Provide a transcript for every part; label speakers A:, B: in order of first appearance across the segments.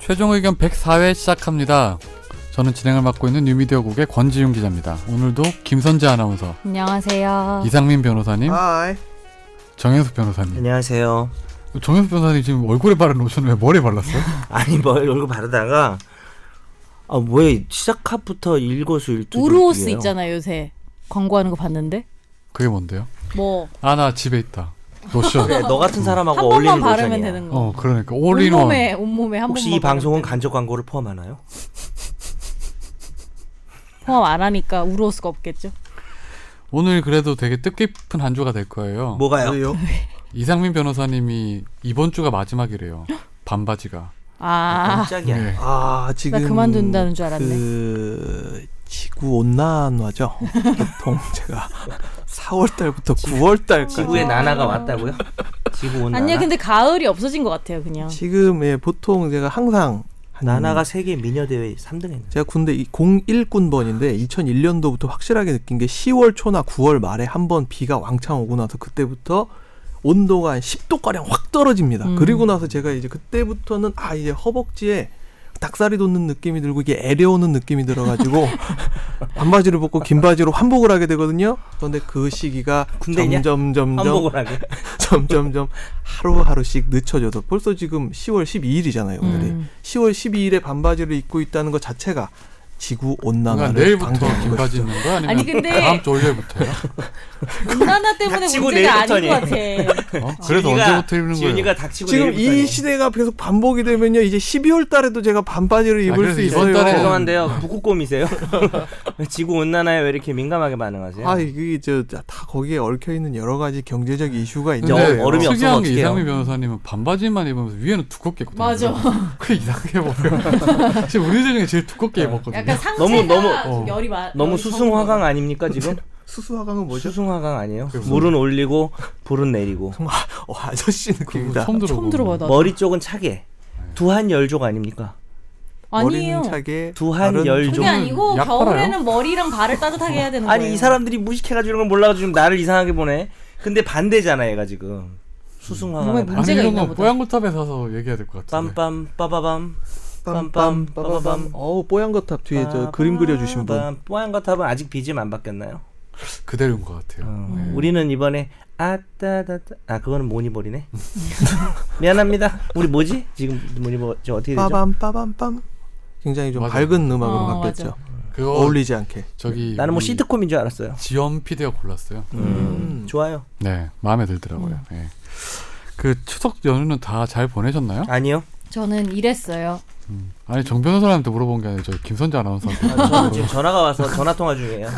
A: 최종 의견 104회 시작합니다. 저는 진행을 맡고 있는 뉴미디어국의 권지윤 기자입니다. 오늘도 김선재 아나운서,
B: 안녕하세요.
A: 이상민 변호사님,
C: 하이.
A: 정현숙 변호사님.
C: 안녕하세요.
A: 정현숙 변호사님 지금 얼굴에 바른 로션을 왜 머리에 발랐어요?
C: 아니 뭘 얼굴 바르다가 아왜 시작부터 일거수일투
B: 우르오스 있잖아요 요새 광고하는 거 봤는데
A: 그게 뭔데요?
B: 뭐
A: 아, 나 집에 있다. 로션.
C: 그래, 네, 너 같은 사람하고
B: 한
C: 어울리는
B: 번만
C: 로션이야.
B: 바르면 되는 거.
A: 어, 그러니까. 올인원.
B: 온몸에 온몸에 한
C: 혹시
B: 번만
C: 이 방송은
B: 바르면
C: 간접 광고를 포함하나요?
B: 되는 거. 포함 안 하니까 우르오스가 없겠죠?
A: 오늘 그래도 되게 뜻깊은 한 주가 될 거예요.
C: 뭐가요?
A: 이상민 변호사님이 이번 주가 마지막이래요. 반바지가.
B: 아,
C: 깜짝이야.
A: 네.
D: 아
B: 나
D: 지금
B: 그만둔다는 줄 알았네.
D: 그 지구 온난화죠. 보통 제가 4월 달부터 9월
C: 지구의
D: 달까지
C: 나나가 왔다고요? 지구 온
B: 아니야
C: 나나.
B: 근데 가을이 없어진 것 같아요 그냥.
D: 지금 예 보통 제가 항상 한
C: 나나가 세계 미녀 대회 3등했네.
D: 제가 군대 01군번인데 2001년도부터 확실하게 느낀 게 10월 초나 9월 말에 한 번 비가 왕창 오고 나서 그때부터 온도가 한 10도 가량 확 떨어집니다.
B: 음.
D: 그리고 나서 제가 이제 그때부터는 아 이제 허벅지에 닭살이 돋는 느낌이 들고 이게 애려오는 느낌이 들어가지고 반바지를 벗고 긴 바지로 환복을 하게 되거든요. 그런데 그 시기가
C: 군대냐?
D: 점점 점점
C: 한복을 하게.
D: 아. 점점점 하루하루씩 늦춰져서 벌써 지금 10월 12일이잖아요 오늘이.
B: 음.
D: 10월 12일에 반바지를 입고 있다는 것 자체가 지구
C: 아,
A: 그러니까
D: 온난화를
A: 내일부터
D: 방지하는
A: 긴바지
D: 것이죠.
A: 입는 거야? 아니면
B: 아니, 근데-
A: 다음 주 월요일부터요?
B: 온난화 때문에
C: 닥치고
B: 문제가 아닌 것
C: 내일부터니.
B: 같아.
A: 어? 그래서
C: 지훈이가-
A: 언제부터 입는 거예요?
C: 지훈이가 닥치고
D: 지금
C: 내일부터
D: 이
C: 하네.
D: 시대가 계속 반복이 되면요. 이제 12월 달에도 제가 반바지를 입을
A: 그래서
D: 수
A: 이번 달에-
D: 있어요.
C: 죄송한데요. 북극곰이세요? 지구 온난화에 왜 이렇게 민감하게 반응하세요?
D: 아 이게 저 다 거기에 얽혀 있는 여러 가지 경제적 이슈가 있는
C: 근데
D: 거예요.
C: 얼음이 없어서
A: 특이한 게
C: 어떡해요?
A: 이상민 변호사님은 반바지만 입으면서 위에는 두껍게 입거든요.
B: 맞아.
A: 그게 이상해 보여. 지금 우리 중에 제일 두껍게
C: 네.
A: 입었거든요.
B: 약간 상체가
C: 너무- 너무-
B: 좀
A: 어.
B: 열이 많.
C: 너무
B: 열이
C: 수승화강 아닙니까 지금?
D: 수수화강은 뭐죠?
C: 수승화강 아니에요?
A: 그게 무슨-
C: 물은 올리고 불은 내리고
D: 어, 아저씨
A: 그거
D: 느낌이다.
A: 처음 들어.
B: 처음 들어봐 나.
C: 머리 쪽은 차게
D: 네.
C: 두한 열족 아닙니까?
B: 아니에요.
D: 머리는 차게
C: 두한
D: 발은
C: 열 좀-
B: 그게 아니고
A: 약 팔아요?
B: 겨울에는 머리랑 발을 따뜻하게 해야 되는 거예요.
C: 아니 이 사람들이 무식해가지고 이런 걸 몰라가지고 지금 나를 이상하게 보네. 근데 반대잖아 얘가 지금
B: 몸에
C: 수승화강
A: 아니
B: 문제가
A: 이런
B: 있나
A: 건
B: 보다.
A: 뽀얀고탑에 사서 얘기해야 될 것 같은데.
C: 빰빰 빠바밤
D: 빰빰 빠바밤. 어우 뽀얀 거탑 뒤에 저 그림 그려주신 분.
C: 빰빰. 뽀얀 거탑은 아직 BGM 안 바뀌었나요?
A: 그대로인 것 같아요.
C: 어, 우리는 이번에 아따다따 아 그거는 모니볼이네. 미안합니다. 우리 뭐지? 지금 모니볼 지금 어떻게 되죠?
D: 빠밤 빠밤 빰. 굉장히 좀
A: 맞아.
D: 밝은 음악으로
B: 어,
D: 바뀌었죠.
A: 그거
D: 어울리지 않게.
A: 저기
C: 나는 뭐
A: 우리
C: 시트콤인 줄 알았어요.
A: 지연 PD가 골랐어요.
C: 음, 좋아요.
A: 네, 마음에 들더라고요. 예. 그 추석 연휴는 다 잘 보내셨나요?
C: 아니요.
B: 저는 이랬어요.
A: 아니 정 변호사님한테 물어본 게 아니라 저희 김선재 아나운서한테.
C: 아, 저는 지금 전화가 와서 전화 통화 중이에요.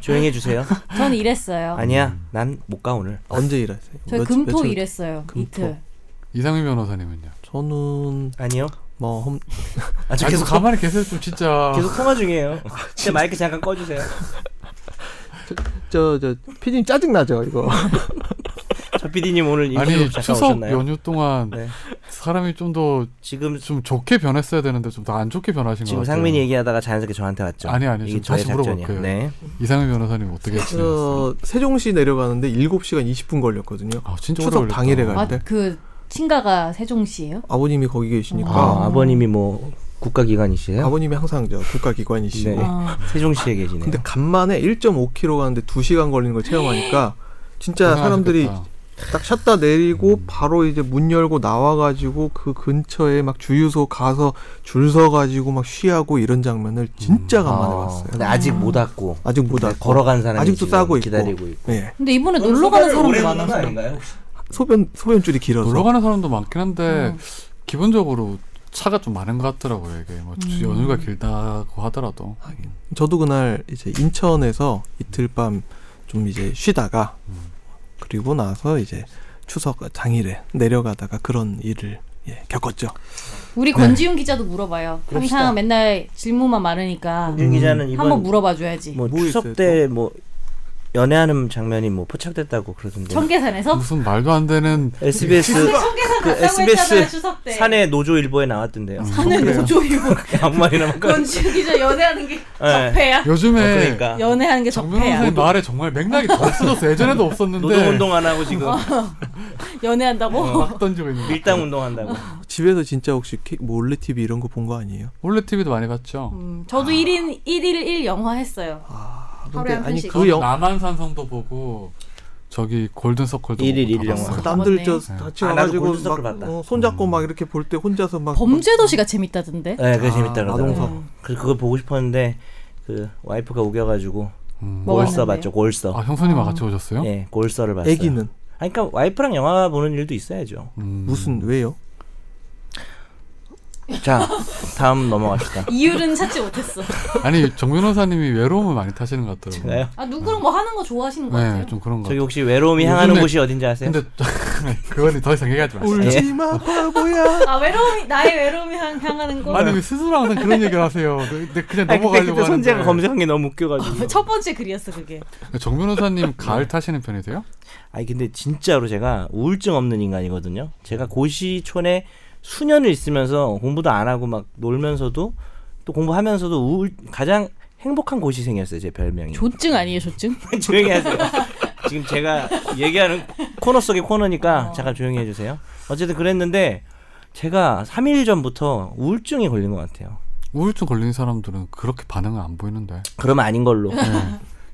C: 조용해 주세요.
B: 저는 이랬어요.
C: 아니야, 난 못 가 오늘.
D: 언제 일하세요?
B: 저
D: 며칠-
B: 금토
D: 며칠-
B: 일했어요.
D: 금토.
B: 이틀.
A: 이상민 변호사님은요.
D: 저는
C: 아니요.
D: 뭐 험-
C: 아, 저
A: 아니, 계속
C: 계속
A: 가만히 아, 계세요, 좀 진짜.
C: 계속 통화 중이에요. 제 마이크 잠깐 꺼주세요.
D: 저, 저, 피디님 짜증나죠, 이거.
C: 저 PD님 오늘
A: 아니
C: 임시로 잠깐
A: 추석
C: 오셨나요?
A: 연휴 동안
C: 네.
A: 사람이 좀 더 좀
C: 지금
A: 좋게 변했어야 되는데 좀 더 안 좋게 변하신 것
C: 지금
A: 같아요.
C: 상민이 얘기하다가 자연스럽게 저한테 왔죠.
A: 아니, 아니,
C: 이게
A: 지금
C: 저의
A: 다시 물어볼
C: 작전이야.
A: 거예요.
C: 네.
A: 이상민 변호사님 어떻게 지내셨어요?
D: 저, 세종시 내려가는데 7시간 20분 걸렸거든요.
A: 아 진짜
D: 추석
A: 오래 걸렸다.
D: 당일에 갈
B: 아,
C: 네.
D: 때.
B: 그 친가가 세종시예요?
D: 아버님이 거기 계시니까.
C: 아, 아버님이 뭐 국가기관이시에요?
D: 아버님이 항상 저 국가기관이시고.
C: 네.
B: 아,
C: 세종시에 계시네요.
D: 근데 간만에 1.5km 가는데 2시간 걸리는 걸 체험하니까 진짜 사람들이
A: 고생하셨겠다.
D: 딱 샷다 내리고 바로 이제 문 열고 나와가지고 그 근처에 막 주유소 가서 줄 서가지고 막 쉬하고 이런 장면을 진짜 간만에 봤어요.
C: 아, 근데 음. 아직 못 왔고.
D: 아직 못
C: 근데
D: 왔고.
C: 걸어간 사람이
D: 아직도
C: 지금
D: 싸고 있고.
C: 기다리고 있고.
D: 예.
B: 근데 이번에
C: 어,
B: 놀러 가는 사람도
C: 많은 거
B: 많아서.
C: 아닌가요?
D: 소변, 소변줄이 길어서.
A: 놀러 가는 사람도 많긴
C: 음.
A: 한데 기본적으로 차가 좀 많은 것 같더라고요. 이게 뭐 주-
C: 음.
A: 연휴가 길다고 하더라도
D: 저도 그날 이제 인천에서 이틀 밤 좀 이제 쉬다가
C: 음.
D: 그리고 나서 이제 추석 당일에 내려가다가 그런 일을 예, 겪었죠.
B: 우리 권지윤 기자도 물어봐요.
C: 네. 그럽시다.
B: 항상 맨날 질문만 많으니까
A: 음.
C: 윤 기자는 이번
B: 한번 물어봐줘야지.
C: 뭐
D: 뭐
C: 추석
D: 있어요,
C: 때 뭐 연애하는 장면이 뭐 포착됐다고 그러던데. 음.
B: 청계산에서?
A: 무슨 말도 안 되는
C: SBS
B: 근데 청계산
C: 그
B: 갔다고
C: SBS
B: 했잖아요 추석 때.
C: 사내 노조 일보에 나왔던데요.
B: 산에
A: 그래요.
B: 노조 이고
C: 아무 말이나 막. 건-
B: 권지웅 기자 연애하는 게
C: 예.
B: 적폐야.
A: 요즘에
C: 그러니까
B: 연애하는 게
A: 정명
B: 적폐야.
A: 선생 말에 정말 맥락이 다 없어졌어. 예전에도 없었는데
C: 노동 운동 안 하고 지금
B: 연애한다고?
C: 어.
A: 막 던지고 있는.
C: 밀당 운동한다고.
B: 아.
D: 집에서 진짜 혹시 키, 몰래 TV 이런 거 본 거 아니에요?
A: 원래 TV도 많이 봤죠.
B: 음, 저도 1인 1일 1 영화 했어요.
D: 아,
B: 하루에 한
D: 아니
B: 편씩.
D: 그 영,
A: 남한산성도 보고 저기 골든서클도
C: 일일
A: 보고 다
C: 일 영화.
A: 봤어요.
D: 남들
B: 봤네.
D: 저
A: 네.
D: 같이
C: 아, 나도
D: 와가지고
C: 골든서클
D: 막
C: 봤다.
D: 어, 손잡고 막 이렇게 볼 때 혼자서 막
B: 범죄도시가 재밌다던데.
C: 예, 그게 재밌다
D: 마동석.
C: 그러더라고. 그 그걸 보고 싶었는데 그 와이프가 우겨가지고
A: 음.
B: 뭐-
C: 골서
B: 먹었는데요?
C: 봤죠.
A: 아
C: 골서.
A: 형수님하고 같이 오셨어요?
C: 예, 골서를 봤어요.
D: 애기는
C: 아니, 그러니까 와이프랑 영화 보는 일도 있어야죠.
A: 음.
D: 무슨 왜요?
C: 자, 다음 넘어갑시다.
B: 이유는 찾지 못했어.
A: 아니 정 변호사님이 외로움을 많이 타시는 것 같더라고요.
C: 제가요?
B: 아 누구랑 뭐 하는 거 좋아하시는 거 같아요.
A: 네, 좀 그런 거.
C: 저기 혹시 외로움이 향하는
A: 요즘에-
C: 곳이 어딘지 아세요?
A: 근데 그거는 더 이상 얘기하지 마세요.
D: 울지마 바보야.
B: 아 외로움이 나의 외로움이 향, 향하는 거.
A: 아니 왜 스스로 항상 그런 얘기를 하세요. 근데 그냥
C: 아니, 근데
A: 넘어가려고
C: 그때 손재가
A: 하는데.
C: 검색한 게 너무 웃겨가지고.
B: 첫 번째 글이었어 그게.
A: 정 변호사님
C: 네.
A: 가을 타시는 편이세요?
C: 아니 근데 진짜로 제가 우울증 없는 인간이거든요. 제가 고시촌에 수년을 있으면서 공부도 안 하고 막 놀면서도 또 공부하면서도 우울 가장 행복한 고시생이었어요 제 별명이.
B: 조증 아니에요 조증?
C: 조용히 하세요. 지금 제가 얘기하는 코너 속의 코너니까 잠깐 조용히 해주세요. 어쨌든 그랬는데 제가 3일 전부터 우울증이 걸린 것 같아요.
A: 우울증 걸린 사람들은 그렇게 반응을 안 보이는데.
C: 그럼 아닌 걸로.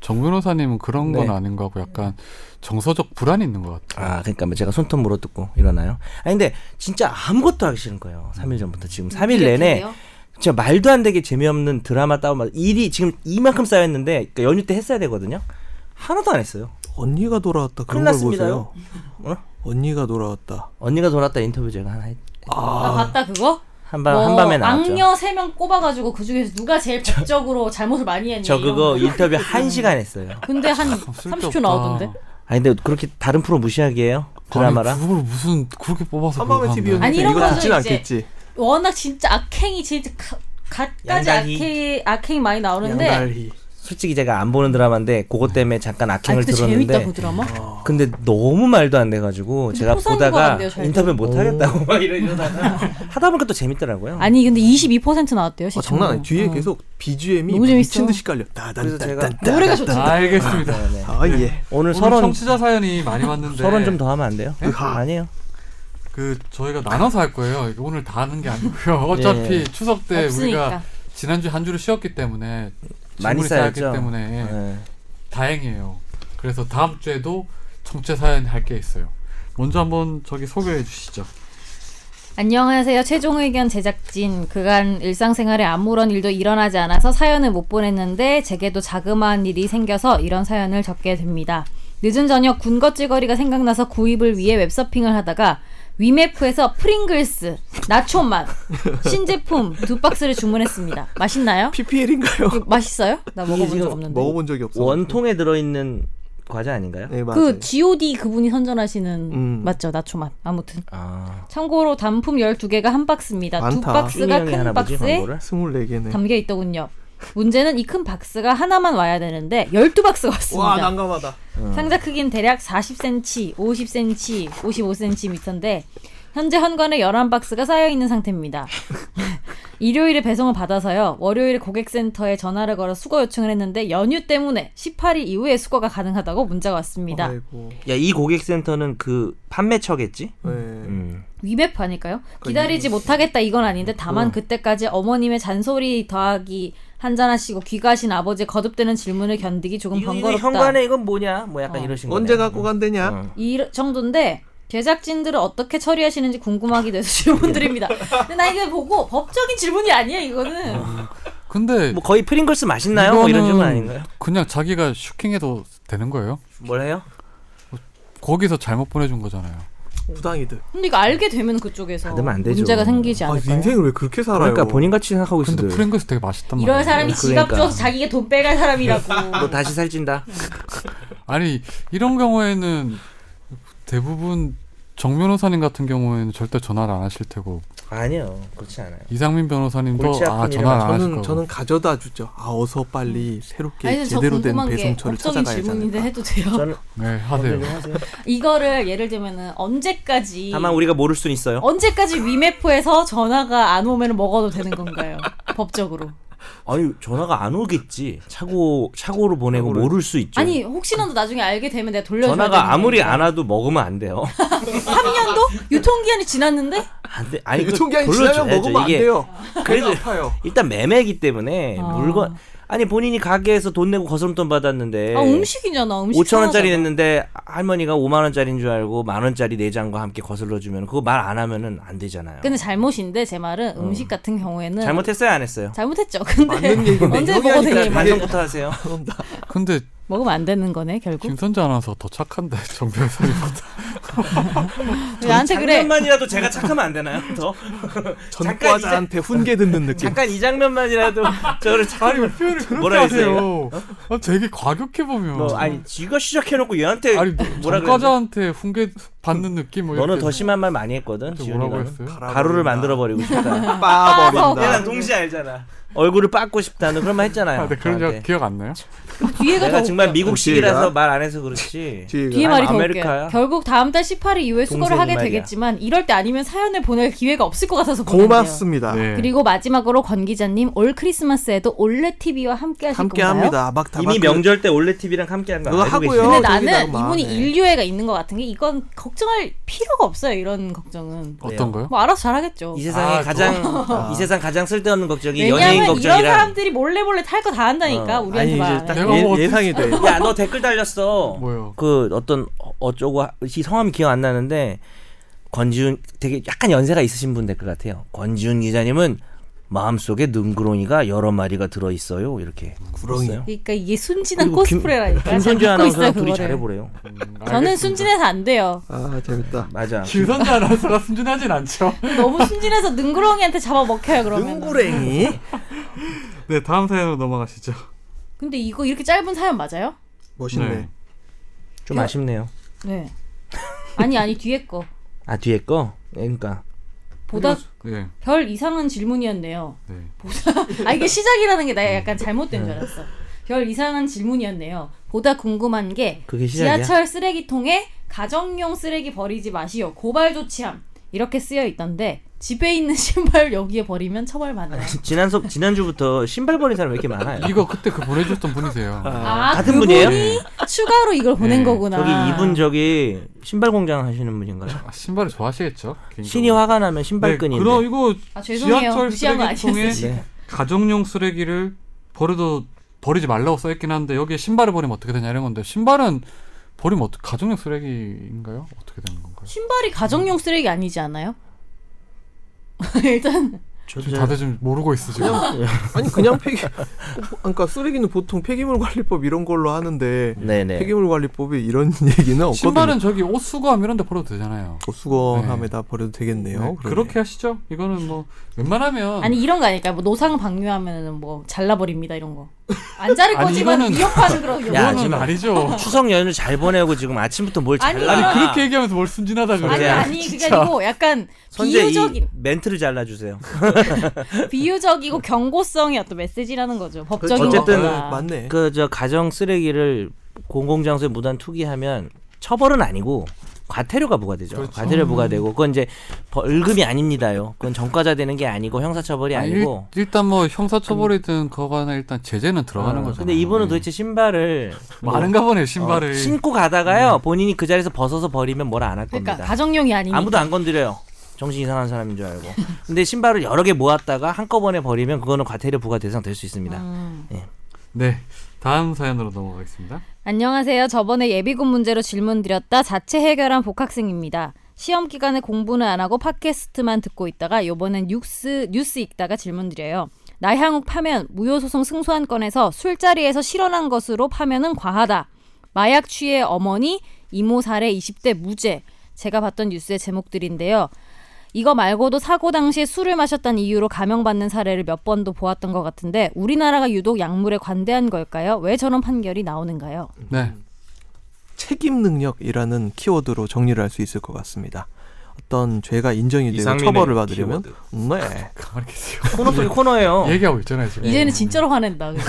A: 정 변호사님은 그런 건
C: 네.
A: 아닌 것 같고 약간 정서적 불안이 있는 것 같아요.
C: 아, 그러니까 뭐 제가 손톱 물어뜯고 일어나요. 아니 근데 진짜 아무것도 하기 싫은 거예요.
B: 음.
C: 3일 전부터 지금 3일 내내 진짜 말도 안 되게 재미없는 드라마 다운받 일이 지금 이만큼 쌓였는데 그러니까 연휴 때 했어야 되거든요. 하나도 안 했어요.
D: 언니가 돌아왔다 그런
C: 끝났습니다요.
D: 걸
C: 어?
D: 보세요. 언니가 돌아왔다.
C: 언니가 돌았다 인터뷰 제가 하나 했-
B: 아 봤다 그거?
C: 한밤
B: 뭐,
C: 한밤에 나왔죠.
B: 악녀 세 명 꼽아가지고 그 중에서 누가 제일 법적으로 잘못을 많이 했니?
C: 저
B: 이런
C: 그거
B: 거.
C: 인터뷰 한 시간 했어요.
B: 근데 한
A: 쓸데없다.
B: 30초 나오던데.
C: 아니 근데 그렇게 다른 프로 무시하게 해요? 드라마라?
A: 아니, 그걸 무슨 그렇게 뽑아서
D: 한밤의
A: 그렇게 하면.
D: TV였는데
B: 아니, 이런
D: 이거
B: 거는
D: 듣진
B: 이제-
D: 않겠지.
B: 워낙 진짜 악행이 진짜 가, 갓까지
C: 양다리.
B: 악행 악행이 많이 나오는데.
D: 양날희.
C: 솔직히 제가 안 보는 드라마인데 그것 때문에 잠깐
B: 아니
C: 악행을
B: 근데 재밌다
C: 들었는데 어.
B: 그 드라마.
C: 근데 너무 말도 안 돼가지고
B: 근데
C: 제가
B: 포상인 것
C: 보다가
B: 같네요, 잘
C: 인터뷰 못 하겠다고 막 이러- 이러다가 하다 보니까 또 재밌더라고요.
B: 아니 근데 22%
C: 어,
B: 나왔대요
D: 아,
B: 시청.
D: 장난 아니 뒤에 계속 BGM이
B: 어. 너무 재밌어.
D: 미친 듯이 깔려.
C: 그래서 제가-
D: 따단따단.
B: 노래가 좋지.
A: 아, 알겠습니다.
C: 네, 네.
D: 아 예.
C: 오늘
A: 오늘
C: 서론
A: 청취자 사연이 많이
D: 네.
A: 왔는데
C: 서론 좀 더 하면 안 돼요?
A: 예?
C: 아니에요.
A: 그 저희가 나눠서 할 거예요. 이거 오늘 다 하는 게 아니고요. 어차피
C: 예.
A: 추석 때
B: 없으니까.
A: 우리가 지난주 한 주를 쉬었기 때문에
C: 많이
A: 질문이 쌓였기
C: 쌓였죠.
A: 때문에
C: 네.
A: 다행이에요. 그래서 다음 주에도 청취 사연 할 게 있어요. 먼저 한번 저기 소개해 주시죠.
B: 안녕하세요. 최종 의견 제작진. 그간 일상생활에 아무런 일도 일어나지 않아서 사연을 못 보냈는데 제게도 자그마한 일이 생겨서 이런 사연을 적게 됩니다. 늦은 저녁 군것질거리가 생각나서 구입을 위해 웹서핑을 하다가 위메프에서 프링글스 나초맛 신제품 두 박스를 주문했습니다. 맛있나요?
D: PPL인가요?
B: 이거 맛있어요? 나 먹어본 적 없는데.
D: 먹어본 적이 없어.
C: 원통에 들어있는 과자 아닌가요?
D: 네 맞아요.
B: 그 G.O.D 그분이 선전하시는
D: 음.
B: 맞죠 나초맛 아무튼
C: 아
B: 참고로 단품 12개가 한 박스입니다 두
D: 많다.
B: 박스가
C: 쭈니 형이
B: 큰
C: 하나 보지
B: 박스에
C: 광고를?
D: 24개네.
B: 담겨 있더군요. 문제는 이 큰 박스가 하나만 와야 되는데 12박스가 왔습니다.
D: 와 난감하다.
B: 상자 크기는 대략 40cm, 50cm, 55cm인데 현재 현관에 11박스가 쌓여 있는 상태입니다. 일요일에 배송을 받아서요. 월요일에 고객센터에 전화를 걸어 수거 요청을 했는데 연휴 때문에 18일 이후에 수거가 가능하다고 문자가 왔습니다.
D: 아이고.
C: 야이 고객센터는 그 판매처겠지?
D: 네.
C: 음.
B: 위맵 아닐까요? 기다리지 못하겠다 이건 아닌데 다만 그때까지 어머님의 잔소리 더하기 한잔하시고 귀가하신 아버지의 거듭되는 질문을 견디기 조금
C: 이거- 이거
B: 번거롭다.
C: 현관에 이건 뭐냐? 뭐 약간
B: 어.
C: 이러신 거네.
D: 언제 갖고 간대냐?
C: 어.
B: 이 정도인데 제작진들은 어떻게 처리하시는지 궁금하기도 해서 질문드립니다. 근데 나 이거 보고 법적인 질문이 아니야 이거는.
A: 근데
C: 뭐 거의 프링글스 맛있나요? 뭐 이런
A: 이거는
C: 질문 아닌가요?
A: 그냥 자기가 슈킹해도 되는 거예요?
C: 뭘 해요?
A: 거기서 잘못 보내준 거잖아요.
D: 부당이득.
B: 근데 이거 알게 되면 그쪽에서
C: 받으면 안 되죠.
B: 문제가 생기지
D: 아
B: 않을까요?
D: 인생을 왜 그렇게 살아요?
C: 그러니까 본인 같이 생각하고 있어도
A: 근데 프랭크스 되게 맛있단 말이에요.
B: 이런 사람이 지갑
C: 그러니까.
B: 줘서 자기가 돈 빼갈
C: 너
B: 사람이라고.
C: 다시 살찐다.
A: 아니 이런 경우에는 대부분 정 변호사님 같은 경우에는 절대 전화를 안 하실 테고
C: 아 아니요 그렇지 않아요.
A: 이상민 변호사님도
C: 골치 아픈
A: 아
C: 일을
A: 전화 안 하실
D: 저는
A: 거고.
D: 저는 가져다 주죠. 아 어서 빨리 새롭게
B: 아니, 저
D: 제대로 된
B: 궁금한 게
D: 배송처를
B: 법적인
D: 찾아가야
B: 질문인데
D: 하잖아요.
B: 해도 돼요?
C: 저는
A: 네 하세요.
C: 어디를 하세요.
B: 이거를 예를 들면은 언제까지
C: 다만 우리가 모를 수는 있어요.
B: 언제까지 위메포에서 전화가 안 오면 먹어도 되는 건가요? 법적으로.
C: 아니 전화가 안 오겠지. 차고 차고로 보내고
D: 차고를-
C: 모를 수 있죠.
B: 아니 혹시라도 나중에 알게 되면 내가 돌려줘야
C: 전화가 아무리 안 와도 먹으면 안 돼요.
B: 3년도 유통기한이 지났는데
C: 안 돼. 아니
D: 유통기한이
C: 그걸
D: 지나면
C: 돌려줘야죠.
D: 먹으면 안
C: 이게
D: 돼요.
C: 그래도-
D: 그래도 아파요.
C: 일단 매매이기 때문에
B: 아.
C: 물건 아니 본인이 가게에서 돈 내고 거스름돈 받았는데
B: 아 음식이잖아 음식.
C: 5천 예. 원짜리
B: 하나잖아.
C: 냈는데 할머니가 5만 원짜리인 줄 알고 만 원짜리 네 장과 함께 거슬러 주면 그거 말 안 하면은 안 되잖아요.
B: 근데 잘못인데 제 말은 음식 같은 경우에는
C: 어. 잘못했어요, 안 했어요?
B: 잘못했죠. 근데
D: 맞는 얘기인데
B: 언제
D: 이렇게
B: 먹어도
D: 하니까
B: 되니
D: 이게-
C: 반성부터 하세요.
A: 근데
B: 먹으면 안 되는 거네 결국.
A: 김선재 아나운서 더 착한데 정 변호사님보다.
B: 왜 나한테 그래?
C: 장면만이라도 제가 착하면 안 되나요? 더
D: 전과자한테 훈계 듣는 느낌.
C: 잠깐 이 장면만이라도 저를 착하게
A: 표현을 그렇게
C: 뭐라 했어요?
A: 하세요. 아, 되게 과격해 보면.
C: 뭐 아니 지가 시작해놓고 얘한테
A: 아니
C: 뭐라
A: 전과자한테 훈계 받는 느낌 뭐
C: 너는
A: 이렇게
C: 더 심한 말 많이 했거든.
A: 이렇게 뭐라고
C: 지훈이가
A: 했어요?
C: 가루를 만들어 버리고 싶다.
D: 아, 빠버린다.
C: 얘랑 동시에 알잖아. 얼굴을 빻고 싶다. 너 그런 말 했잖아요.
A: 아, 네, 그런 적
C: 저한테.
A: 기억 안 나요?
B: 뒤에가 더
C: 내가 정말
B: 웃겨.
C: 미국식이라서
D: 뒤에가?
C: 말 안 해서 그렇지.
B: 뒤에
D: 뒤에
B: 말이 더
C: 아메리카야.
B: 웃겨요. 결국 다음 달 18일 이후에 수거를
C: 동생이
B: 하게
C: 말이야.
B: 되겠지만 이럴 때 아니면 사연을 보낼 기회가 없을 것 같아서 보내요.
D: 고맙습니다.
A: 네.
B: 그리고 마지막으로 권 기자님 올 크리스마스에도 올레 TV와 함께 하실 건가요?
D: 함께합니다. 아박다박.
C: 이미 명절 때 올레 TV랑 함께 한거
D: 그거
C: 알고
D: 하고요.
C: 계시죠?
B: 근데
D: 어, 저기
B: 나는
D: 나가봐.
B: 이분이
D: 네.
B: 인류애가 있는 것 같은 게 이건 걱정할 필요가 없어요. 이런 걱정은
A: 어떤 거요?
B: 뭐 알아서 잘하겠죠.
C: 이 세상에
A: 아,
C: 가장 이 세상 가장 쓸데없는 걱정이 연예인
B: 왜냐하면 이런
C: 걱정이라.
B: 사람들이 몰래 몰래 탈 거 다 한다니까
C: 어.
D: 아니
B: 우리한테
D: 이제
B: 말.
D: 딱
A: 내가 먹었지.
D: 예, 예상이 돼.
C: 야 너 댓글 달렸어.
A: 뭐요?
C: 그 어떤 어- 어쩌고 하- 이 성함 기억 안 나는데 권지훈 되게 약간 연세가 있으신 분 댓글 같아요. 권지훈 기자님은 마음속에 능구렁이가 여러 마리가 들어 있어요. 이렇게.
D: 구렁이.
C: 했어요.
B: 그러니까 이게 순진한
C: 그리고 뭐 김-
B: 코스프레라니까.
C: 김선재
B: 잘 갖고
C: 아나운서랑
B: 있어요,
C: 둘이
B: 그거를.
C: 잘해보래요.
B: 저는 순진해서 안 돼요.
D: 아 재밌다.
C: 맞아.
A: 김선재 아나운서가 순진하진 않죠.
B: 너무 순진해서 능구렁이한테 잡아먹혀요 그러면.
C: 능구렁이?
A: 네 다음 사연으로 넘어가시죠.
B: 근데 이거 이렇게 짧은 사연 맞아요?
D: 멋있네.
A: 네.
C: 좀 아쉽네요.
B: 네. 아니 아니 뒤에 거
C: 아 뒤에 거? 네, 그러니까
B: 보다
A: 네.
B: 별 이상한 질문이었네요.
A: 네.
B: 아 이게 시작이라는 게 나 약간 잘못된 줄 알았어. 별 이상한 질문이었네요. 보다 궁금한 게
C: 그게 시작이야.
B: 지하철 쓰레기통에 가정용 쓰레기 버리지 마시오. 고발 조치함 이렇게 쓰여 있던데 집에 있는 신발 여기에 버리면 처벌 받나요?
C: 지난 속 지난 주부터 신발 버린 사람 왜 이렇게 많아요?
A: 이거 그때 그 보내주셨던 분이세요.
B: 아
C: 같은
B: 그분이 아.
C: 분이에요?
B: 추가로 이걸 보낸
A: 네.
B: 거구나.
C: 저기 이분 저기 신발 공장 하시는 분인가요?
A: 아, 신발을 좋아하시겠죠? 개인적으로.
C: 신이 화가 나면
A: 네,
C: 신발끈인데.
A: 그럼 이거
B: 아 죄송해요.
A: 지하철
B: 무시한 거 아니었어요.
A: 쓰레기통에 네.
B: 지금.
A: 가정용 쓰레기를 버려도 버리지 말라고 써있긴 한데 여기에 신발을 버리면 어떻게 되냐 이런 건데 신발은 버리면 어떻게 가정용 쓰레기인가요? 어떻게 되는 건가요?
B: 신발이 가정용 쓰레기 아니지 않아요? 일단
C: 저도
A: 지금
C: 잘-
A: 다들 지금 모르고 있어 지금.
D: 아니 그냥 폐기. 그러니까 쓰레기는 보통 폐기물 관리법 이런 걸로 하는데
C: 네네.
D: 폐기물 관리법에 이런 얘기는 없거든요.
A: 신발은 저기 옷 수거함 이런 데 버려도 되잖아요.
D: 수거함에다 버려도 되겠네요.
A: 네,
D: 그러네.
A: 그렇게 하시죠. 이거는 뭐 웬만하면
B: 아니 이런 거 아닐까? 뭐 노상 방뇨하면은 뭐 잘라버립니다 이런 거. 안 자를
A: 아니,
B: 거지만
A: 이거는-
B: 위협하는 그런 경우.
C: 야,
A: 이거는
C: 지금-
A: 아니죠.
C: 추석 연휴 잘 보내고 지금 아침부터 뭘
B: 아니,
C: 잘라.
A: 아니 그렇게 얘기하면서 뭘 순진하다
B: 아니
C: 야,
A: 그래?
B: 아니 그게 아니고 약간
C: 선제 이
B: 비유적인
C: 멘트를 잘라주세요.
B: 비유적이고 경고성의 어떤 메시지라는 거죠. 법적인
C: 그렇죠. 어쨌든
B: 것보다.
D: 그렇죠. 맞네.
C: 그 저 가정 쓰레기를 공공장소에 무단 투기하면 처벌은 아니고 과태료가 부과되죠.
A: 그렇죠.
B: 음.
C: 과태료 부과되고 그건 이제 벌금이 아닙니다요. 그건 전과자 되는 게 아니고 형사처벌이
A: 아니,
C: 아니고.
A: 일, 단뭐 형사처벌이든 그거나 일단 제재는 들어가는
C: 어,
A: 거잖아요.
C: 근데 이분은
A: 네.
C: 도대체 신발을
A: 많은가 보네
C: 뭐, 어,
A: 신발을.
C: 신고
A: 음.
C: 가다가요 본인이 그 자리에서 벗어서 버리면 뭐라 안 할 겁니다.
B: 그러니까 가정용이 아니니까.
C: 아무도 안 건드려요. 정신 이상한 사람인 줄 알고. 근데 신발을 여러 개 모았다가 한꺼번에 버리면 그거는 과태료 부과 대상 될 수 있습니다.
B: 음.
A: 네 다음 사연으로 넘어가겠습니다.
B: 안녕하세요. 저번에 예비군 문제로 질문 드렸다 자체 해결한 복학생입니다. 시험 기간에 공부는 안 하고 팟캐스트만 듣고 있다가 요번엔 뉴스 뉴스 읽다가 질문 드려요. 나향욱 파면 무효소송 승소한 건에서 술자리에서 실언한 것으로 파면은 과하다. 마약 취해 어머니 이모 살해 20대 무죄. 제가 봤던 뉴스의 제목들인데요. 이거 말고도 사고 당시에 술을 마셨다는 이유로 감형받는 사례를 몇 번도 보았던 것 같은데 우리나라가 유독 약물에 관대한 걸까요? 왜 저런 판결이 나오는가요?
A: 네
D: 책임 능력이라는 키워드로 정리를 할 수 있을 것 같습니다. 어떤 죄가 인정이 되고
E: 이상민의
D: 처벌을 받으려면
E: 키워드.
D: 음, 네.
A: 가만히 계세요.
C: 코너 속의 코너예요.
A: 얘기하고 있잖아요
C: 네.
A: 지금.
B: 이제는 진짜로 화낸다. 근데.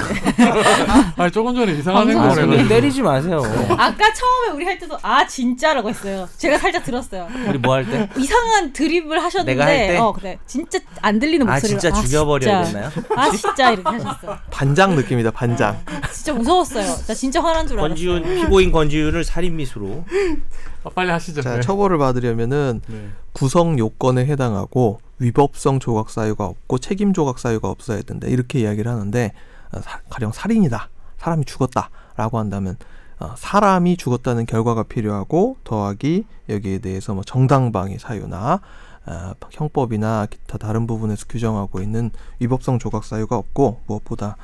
A: 아 조금 전에 이상한
B: 방송
C: 아,
A: 행동을
C: 선생님
A: 해가지고.
C: 때리지 마세요.
B: 아까 처음에 우리 할 때도 아 진짜라고 했어요. 제가 살짝 들었어요.
C: 우리 뭐 할 때?
B: 이상한 드립을 하셨는데
C: 내가 할 때?
B: 어 그래 진짜 안 들리는
C: 아
B: 목소리로
C: 진짜 죽여버려야
B: 진짜.
C: 되나요?
B: 아 진짜 이렇게 하셨어요.
D: 반장 느낌이다 반장.
B: 진짜 무서웠어요. 나 진짜 화난 줄 알았어요.
E: 권지윤 피고인 권지윤을 살인 미수로
A: 아, 빨리 하시죠.
D: 자
A: 네.
D: 처벌을 받으려면은
A: 네.
D: 구성 요건에 해당하고 위법성 조각 사유가 없고 책임 조각 사유가 없어야 된다 이렇게 이야기를 하는데 어, 사- 가령 살인이다 사람이 죽었다라고 한다면 어, 사람이 죽었다는 결과가 필요하고 더하기 여기에 대해서 뭐 정당방위 사유나 어, 형법이나 기타 다른 부분에서 규정하고 있는 위법성 조각 사유가 없고 무엇보다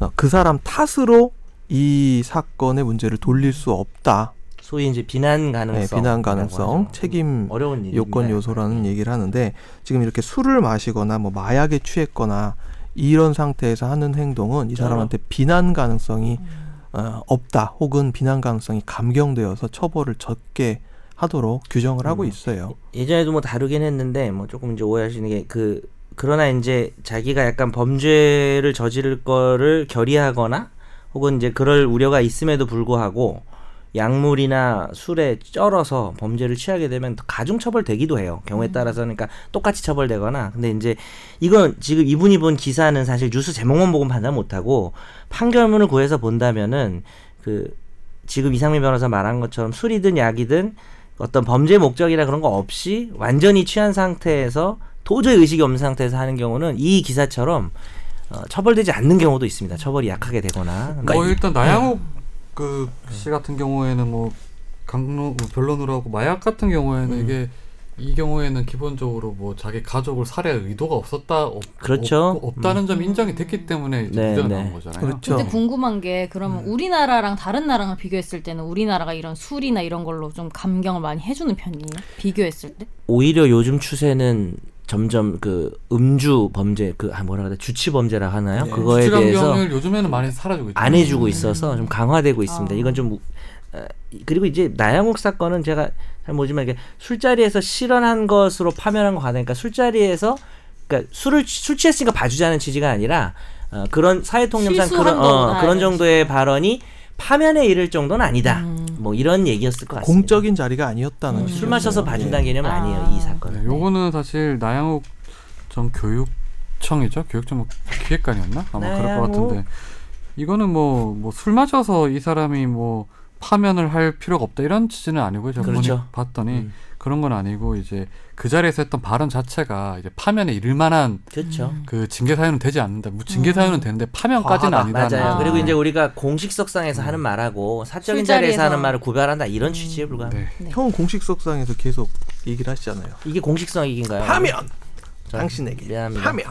D: 어, 그 사람 탓으로 이 사건의 문제를 돌릴 수 없다
C: 소위 이제 비난
D: 네,
C: 가능성.
D: 비난 가능성
C: 하죠.
D: 책임
C: 어려운 일.
D: 음, 요건 요소라는 얘기를 하는데 지금 이렇게 술을 마시거나 뭐 마약에 취했거나 이런 상태에서 하는 행동은 이
C: 그렇죠.
D: 사람한테 비난 가능성이
C: 음.
D: 어, 없다 혹은 비난 가능성이 감경되어서 처벌을 적게 하도록 규정을
C: 음.
D: 하고 있어요.
C: 예전에도 뭐 다루긴 했는데 뭐 조금 이제 오해하시는 게 그 그러나 이제 자기가 약간 범죄를 저지를 거를 결의하거나 혹은 이제 그럴 우려가 있음에도 불구하고 약물이나 술에 쩔어서 범죄를 취하게 되면 가중 처벌되기도 해요. 경우에 따라서 그러니까 똑같이 처벌되거나 근데 이제 이건 지금 이분이 본 기사는 사실 뉴스 제목만 보고 판단 못하고 판결문을 구해서 본다면은 그 지금 이상민 변호사 말한 것처럼 술이든 약이든 어떤 범죄 목적이나 그런 거 없이 완전히 취한 상태에서 도저히 의식이 없는 상태에서 하는 경우는 이 기사처럼 어, 처벌되지 않는 경우도 있습니다. 처벌이 약하게 되거나. 그러니까
A: 뭐 일단 나양욱 그씨 같은 경우에는 뭐 강론 변론으로 하고 마약 같은 경우에는 이게 이 경우에는 기본적으로 뭐 자기 가족을 살해할 의도가 없었다 없,
C: 그렇죠.
A: 없고 없다는 점이 인정이 됐기 때문에 이제
C: 네,
A: 무죄가
C: 네.
A: 나온 거잖아요.
D: 그렇죠.
B: 근데 궁금한 게 그러면
D: 음.
B: 우리나라랑 다른 나라랑 비교했을 때는 우리나라가 이런 술이나 이런 걸로 좀 감경을 많이 해주는 편이에요? 비교했을 때?
C: 오히려 요즘 추세는 점점 그 음주 범죄 그 아, 뭐라 그래 주치 범죄라 하나요? 그거에 대해서
A: 네. 주치감경을 요즘에는 많이 사라지고 있죠.
C: 안 해주고 있어서 좀 강화되고 있습니다. 이건 좀 우- 어, 그리고 이제 나양욱 사건은 제가 잘 모르지만 이게 술자리에서 실언한 것으로 파면한 거 같으니까 술자리에서 그러니까 술을 취- 술 취했으니까 봐주자는 취지가 아니라 어, 그런 사회 통념상
B: 실수한
C: 그런
B: 거구나,
C: 어, 그런
B: 이런
C: 정도의 발언이 파면에 이를 정도는 아니다. 뭐 이런 얘기였을 것 같습니다.
D: 공적인 자리가 아니었다는
B: 음.
C: 술
D: 식이었어요.
C: 마셔서 봐준다는
D: 예.
C: 개념은
B: 아.
C: 아니에요 이 사건은.
A: 네, 요거는 사실 나양욱 전 교육청이죠. 교육청 뭐 기획관이었나? 아마
C: 네,
A: 그럴 것
C: 나양욱.
A: 같은데. 이거는 뭐 뭐 술 마셔서 이 사람이 뭐 파면을 할 필요가 없다 이런 취지는 아니고요. 제가
C: 그렇죠.
A: 보니- 봤더니
C: 음.
A: 그런 건 아니고 이제 그 자리에서 했던 발언 자체가 이제 파면에 이를 만한
C: 그렇죠.
A: 그 징계 사유는 되지 않는다. 무- 징계 사유는 되는데 파면까지는
D: 과하다.
A: 아니다.
C: 음. 맞아요.
B: 아.
C: 그리고 이제 우리가 공식석상에서 하는 말하고 사적인 자리에서
B: 술자리에서.
C: 하는 말을 구별한다 이런 취지에 불과합니다.
A: 네.
D: 형은 공식 석상에서 계속 얘기를 하시잖아요.
C: 이게 공식성익인가요?
D: 파면
C: 아, 저-
D: 당신에게
C: 미안합니다.
D: 파면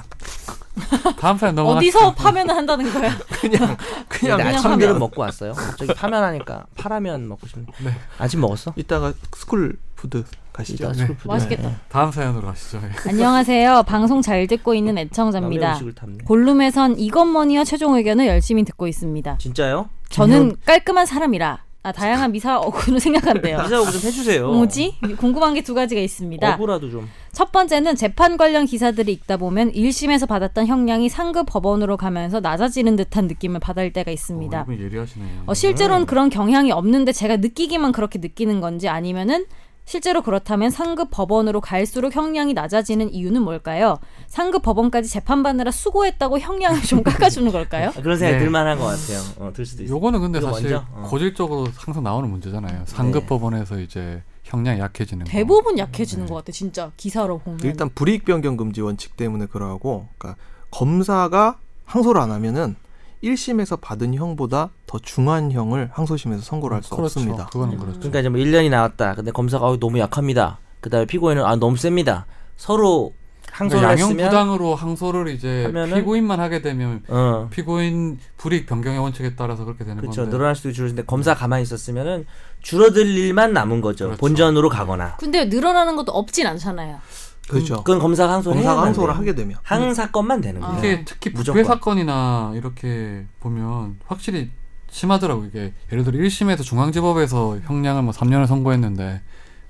A: 다음 사연 넘어가.
B: 어디서 파면을 한다는 거야?
D: 그냥
C: 근데
D: 그냥
C: 아침
B: 파면.
C: 면 먹고 왔어요. 저기 파면 하니까 파라면 먹고 싶네.
A: 네.
C: 아침 먹었어?
D: 이따가 스쿨 푸드 가시죠. 네.
C: 이따 스쿨푸드.
B: 맛있겠다.
A: 다음 사연으로 가시죠. 예.
B: 안녕하세요. 방송 잘 듣고 있는
C: 남의
B: 애청자입니다.
C: 음식을 탐네.
B: 골룸에선 이것머니와 최종 의견을 열심히 듣고 있습니다.
C: 진짜요?
B: 저는 깔끔한 사람이라 아, 다양한 미사 어구를 생각한대요.
C: 이사 오고 좀
D: 어.
C: 해주세요.
B: 뭐지? 궁금한 게 두 가지가 있습니다.
C: 어부라도 좀.
B: 첫 번째는 재판 관련 기사들이 읽다 보면 1심에서 받았던 형량이 상급 법원으로 가면서 낮아지는 듯한 느낌을 받을 때가
A: 어,
B: 있습니다.
A: 이분 예리하시네요.
B: 어, 실제로는 그런 경향이 없는데 제가 느끼기만 그렇게 느끼는 건지 아니면은 실제로 그렇다면 상급 법원으로 갈수록 형량이 낮아지는 이유는 뭘까요? 상급 법원까지 재판받느라 수고했다고 형량을 좀 깎아주는 걸까요?
C: 아, 그런 생각이
A: 네.
C: 들만한 것 같아요. 어, 들 수도 있어요.
A: 요거는 근데
C: 이거
A: 사실
C: 먼저? 어.
A: 고질적으로 항상 나오는 문제잖아요. 상급
C: 네.
A: 법원에서 이제 형량 이 약해지는 거.
B: 대부분 약해지는 것 같아, 진짜 기사로 보면.
D: 일단 불이익 변경 금지 원칙 때문에 그러하고 그러니까 검사가 항소를 안 하면은 1심에서 받은 형보다 더 중한 형을 항소심에서 선고를 할 수
A: 그렇죠.
D: 없습니다.
A: 그거는 그렇죠.
C: 그러니까 이제 뭐 1년이 나왔다. 근데 검사가 어, 너무 약합니다. 그다음에 피고인은 아 너무 셉니다. 서로 항소를
A: 양형
C: 했으면
A: 부당으로 항소를 이제
C: 하면은-
A: 피고인만 하게 되면
C: 어.
A: 피고인 불이익 변경의 원칙에 따라서 그렇게 되는
C: 그렇죠.
A: 건데.
C: 늘어날 수도 줄었는데 검사 가만히 있었으면은 줄어들 일만 남은 거죠.
A: 그렇죠.
C: 본전으로 가거나.
B: 근데 늘어나는 것도 없진 않잖아요.
D: 그렇죠.
C: 그건 검사가 항소를 해야
D: 검사가
C: 하는데.
D: 항소를 하게 되면
C: 항 사건만 되는 거예요.
A: 이게 특히 부패
C: 무조건.
A: 사건이나 이렇게 보면 확실히 심하더라고 이게 예를 들어 1심에서 중앙지법에서 형량을 뭐 3년을 선고했는데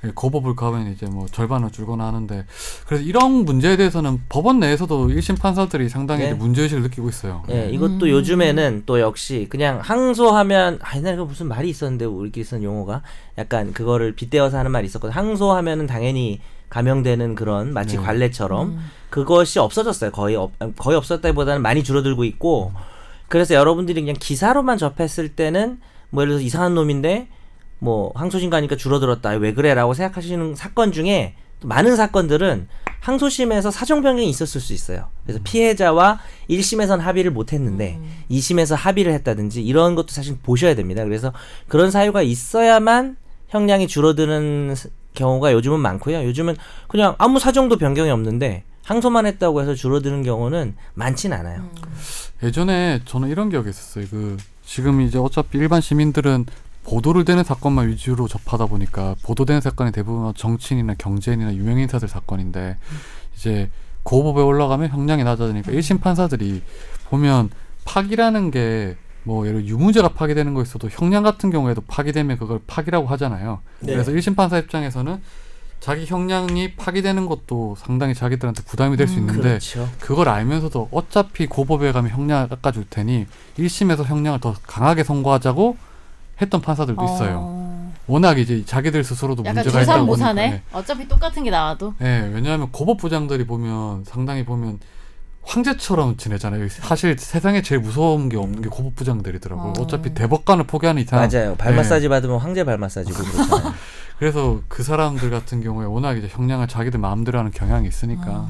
A: 예, 거부불가 하면 이제 뭐 절반을 줄거나 하는데 그래서 이런 문제에 대해서는 법원 내에서도 1심 판사들이 상당히
C: 네.
A: 이제 문제의식을 느끼고 있어요.
C: 예, 이것도
B: 음.
C: 요즘에는 또 역시 그냥 항소하면 아 옛날에 그 무슨 말이 있었는데 우리끼리 쓰는 용어가 약간 그거를 빗대어서 하는 말이 있었거든. 항소하면은 당연히 감형되는 그런 마치 관례처럼 그것이 없어졌어요. 거의 없, 거의 없었다기보다는 많이 줄어들고 있고 그래서 여러분들이 그냥 기사로만 접했을 때는 뭐 예를 들어서 이상한 놈인데 뭐 항소심 가니까 줄어들었다 왜 그래라고 생각하시는 사건 중에 또 많은 사건들은 항소심에서 사정 변경이 있었을 수 있어요. 그래서 피해자와 1심에선 합의를 못 했는데 2심에서 합의를 했다든지 이런 것도 사실 보셔야 됩니다. 그래서 그런 사유가 있어야만 형량이 줄어드는 스- 경우가 요즘은 많고요. 요즘은 그냥 아무 사정도 변경이 없는데 항소만 했다고 해서 줄어드는 경우는 많진 않아요.
A: 예전에 저는 이런 기억이 있었어요. 그 지금 이제 어차피 일반 시민들은 보도를 되는 사건만 위주로 접하다 보니까 보도되는 사건이 대부분 정치인이나 경제인이나 유명 인사들 사건인데 이제 고법에 올라가면 형량이 낮아지니까 1심 판사들이 보면 파기라는 게 뭐 예를 들어 유무죄가 파기되는 거 있어도 형량 같은 경우에도 파기되면 그걸 파기라고 하잖아요.
E: 네.
A: 그래서 1심 판사 입장에서는 자기 형량이 파기되는 것도 상당히 자기들한테 부담이 될 수
B: 음.
A: 있는데
C: 그렇죠.
A: 그걸 알면서도 어차피 고법에 가면 형량 깎아줄 테니 1심에서 형량을 더 강하게 선고하자고 했던 판사들도 있어요. 워낙 이제 자기들 스스로도
B: 약간
A: 문제가 있다 보니까.
B: 조산 모사네.
A: 예.
B: 어차피 똑같은 게 나와도.
A: 예, 왜냐하면 고법 부장들이 보면 상당히 보면 황제처럼 지내잖아요. 사실 세상에 제일 무서운 게 없는 게 고법 부장들이더라고요.
B: 어.
A: 어. 차피 대법관을 포기하는 이상
C: 맞아요. 발 마사지 받으면 황제 발 마사지고 그렇잖아요.
A: 그래서 그 사람들 같은 경우에 워낙 이제 형량을 자기들 마음대로 하는 경향이 있으니까
B: 어.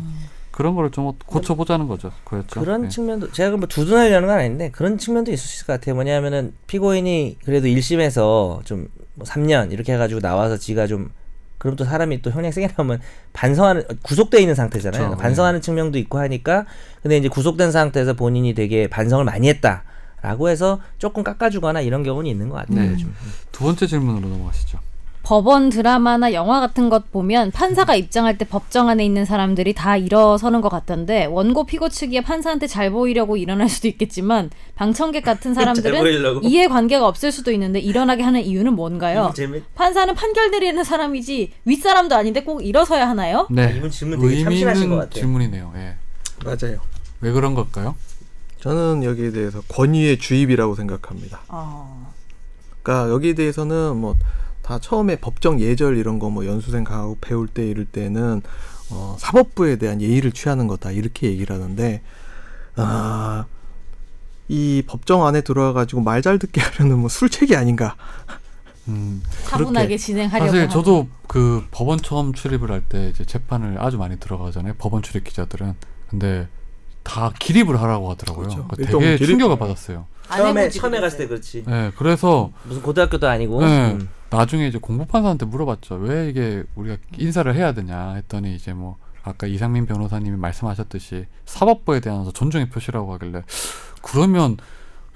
A: 그런 거를 좀 고쳐보자는 거죠. 그렇죠.
C: 그런
A: 예.
C: 측면도 제가 그뭐 두둔하려는 건 아닌데 그런 측면도 있을 수 있을 것 같아요. 뭐냐면은 피고인이 그래도 1심에서 좀뭐 3년 이렇게 해가지고 나와서 지가 좀 그럼 또 사람이 또 형량 세게 나오면 반성하는 구속돼 있는 상태잖아요.
A: 그렇죠.
C: 반성하는 측면도 있고 하니까 근데 이제 구속된 상태에서 본인이 되게 반성을 많이 했다라고 해서 조금 깎아주거나 이런 경우는 있는 것 같아요.
A: 네.
C: 요즘.
A: 두 번째 질문으로 넘어가시죠.
B: 법원 드라마나 영화 같은 것 보면 판사가 입장할 때 법정 안에 있는 사람들이 다 일어서는 것 같던데 원고 피고 측이 판사한테 잘 보이려고 일어날 수도 있겠지만 방청객 같은 사람들은
E: 보이려고.
B: 이해 관계가 없을 수도 있는데 일어나게 하는 이유는 뭔가요?
E: 재밌.
B: 판사는 판결 내리는 사람이지 윗사람도 아닌데 꼭 일어서야 하나요?
A: 네.
E: 이분 그 질문 되게
A: 의미
E: 참신하신 것
A: 있는
E: 같아요.
A: 질문이네요. 예.
D: 맞아요.
A: 왜 그런 걸까요?
D: 저는 여기에 대해서 권위의 주입이라고 생각합니다.
B: 어.
D: 그러니까 여기에 대해서는 뭐 다 처음에 법정 예절 이런 거 뭐 연수생 가고 배울 때 이럴 때는 어, 사법부에 대한 예의를 취하는 거다 이렇게 얘기를 하는데 아, 이 법정 안에 들어와 가지고 말 잘 듣게 하려는 뭐 술책이 아닌가
A: 음,
B: 차분하게 진행하려고
A: 사실
B: 하는.
A: 저도 그 법원 처음 출입을 할 때 이제 재판을 아주 많이 들어가잖아요. 법원 출입 기자들은. 근데 다 기립을 하라고 하더라고요.
D: 그렇죠.
A: 그러니까
D: 일동
A: 되게
D: 기립.
A: 충격을 받았어요.
B: 안
E: 처음에
B: 해보지
E: 처음에 갔을 때 그렇지.
B: 그랬어요.
A: 네, 그래서
C: 무슨 고등학교도 아니고
A: 네.
C: 음.
A: 나중에 이제 공부 판사한테 물어봤죠. 왜 이게 우리가 인사를 해야 되냐 했더니 이제 뭐 아까 이상민 변호사님이 말씀하셨듯이 사법부에 대한 존중의 표시라고 하길래 그러면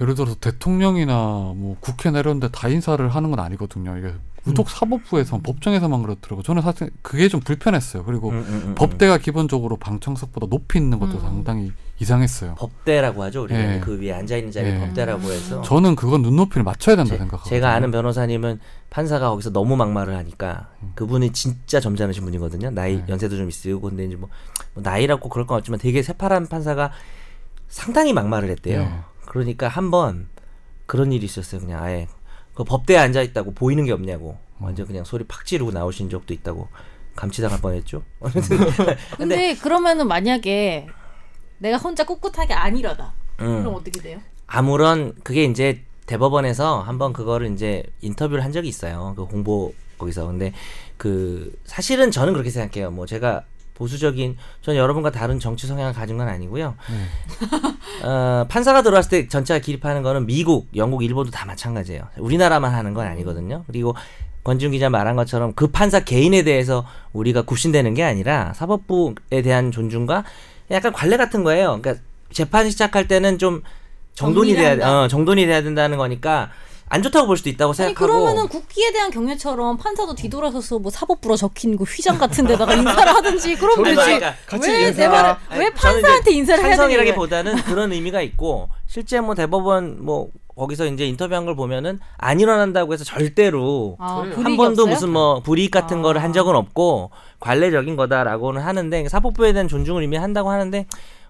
A: 예를 들어서 대통령이나 뭐 국회 내려는데 다 인사를 하는 건 아니거든요. 이게
C: 음.
A: 유독 사법부에서 법정에서만 그렇더라고. 저는 사실 그게 좀 불편했어요. 그리고
C: 음, 음, 음, 음.
A: 뭐 법대가 기본적으로 방청석보다 높이 있는 것도
B: 음.
A: 상당히 이상했어요.
C: 법대라고 하죠. 우리가
A: 예.
C: 그 위에 앉아 있는 자리
A: 예.
C: 법대라고 해서
A: 저는 그건 눈높이를 맞춰야 된다 생각하고.
C: 어. 제가 아는 변호사님은 판사가 거기서 너무 막말을 하니까 그분이 진짜 점잖으신 분이거든요. 나이
A: 음. 네.
C: 연세도 좀 있으고 근데 이제 뭐, 뭐 나이라고 그럴 건 없지만 되게 새파란 판사가 상당히 막말을 했대요.
A: 네.
C: 그러니까 한번 그런 일이 있었어요. 그냥 아예 그 법대에 앉아 있다고 보이는 게 없냐고
A: 음.
C: 완전 그냥 소리 팍 지르고 나오신 적도 있다고 감치당할 뻔했죠.
B: 근데,
E: 네.
B: 그러면은 만약에 내가 혼자 꿋꿋하게 안 일어나.
C: 음.
B: 그럼 어떻게 돼요?
C: 아무런 그게 이제 대법원에서 한번 그거를 이제 인터뷰를 한 적이 있어요. 그 공보 거기서. 근데 그 사실은 저는 그렇게 생각해요. 뭐 제가 보수적인 저는 여러분과 다른 정치 성향을 가진 건 아니고요. 어, 판사가 들어왔을 때 전체가 기립하는 거는 미국, 영국, 일본도 다 마찬가지예요. 우리나라만 하는 건 아니거든요. 그리고 권지훈 기자 말한 것처럼 그 판사 개인에 대해서 우리가 굽신되는 게 아니라 사법부에 대한 존중과 약간 관례 같은 거예요. 그러니까 재판 시작할 때는 좀 정돈이
B: 정리를
C: 돼야 돼-
B: 한다.
C: 어, 정돈이 돼야 된다는 거니까 안 좋다고 볼 수도 있다고
B: 아니
C: 생각하고
B: 그러면은 국기에 대한 경례처럼 판사도 뒤돌아서서 뭐 사법부로 적힌 그 휘장 같은 데다가 인사를 하든지 그러면
C: 아니,
B: 되지.
C: 그러니까
B: 왜 내 말을 왜
C: 아니, 저는 이제
B: 판사한테 인사를 해야 되는 거야?
C: 찬성이라기보다는 그런 의미가 있고 실제 뭐 대법원 뭐 거기서 이제 인터뷰한 걸 보면은 안 일어난다고 해서 절대로
B: 아,
A: 그래요.
B: 불이익이
C: 한 번도
B: 없어요?
C: 무슨 뭐 불이익 같은
B: 아.
C: 거를 한 적은 없고 관례적인 거다라고는 하는데 그러니까 사법부에 대한 존중을 이미 한다고 하는데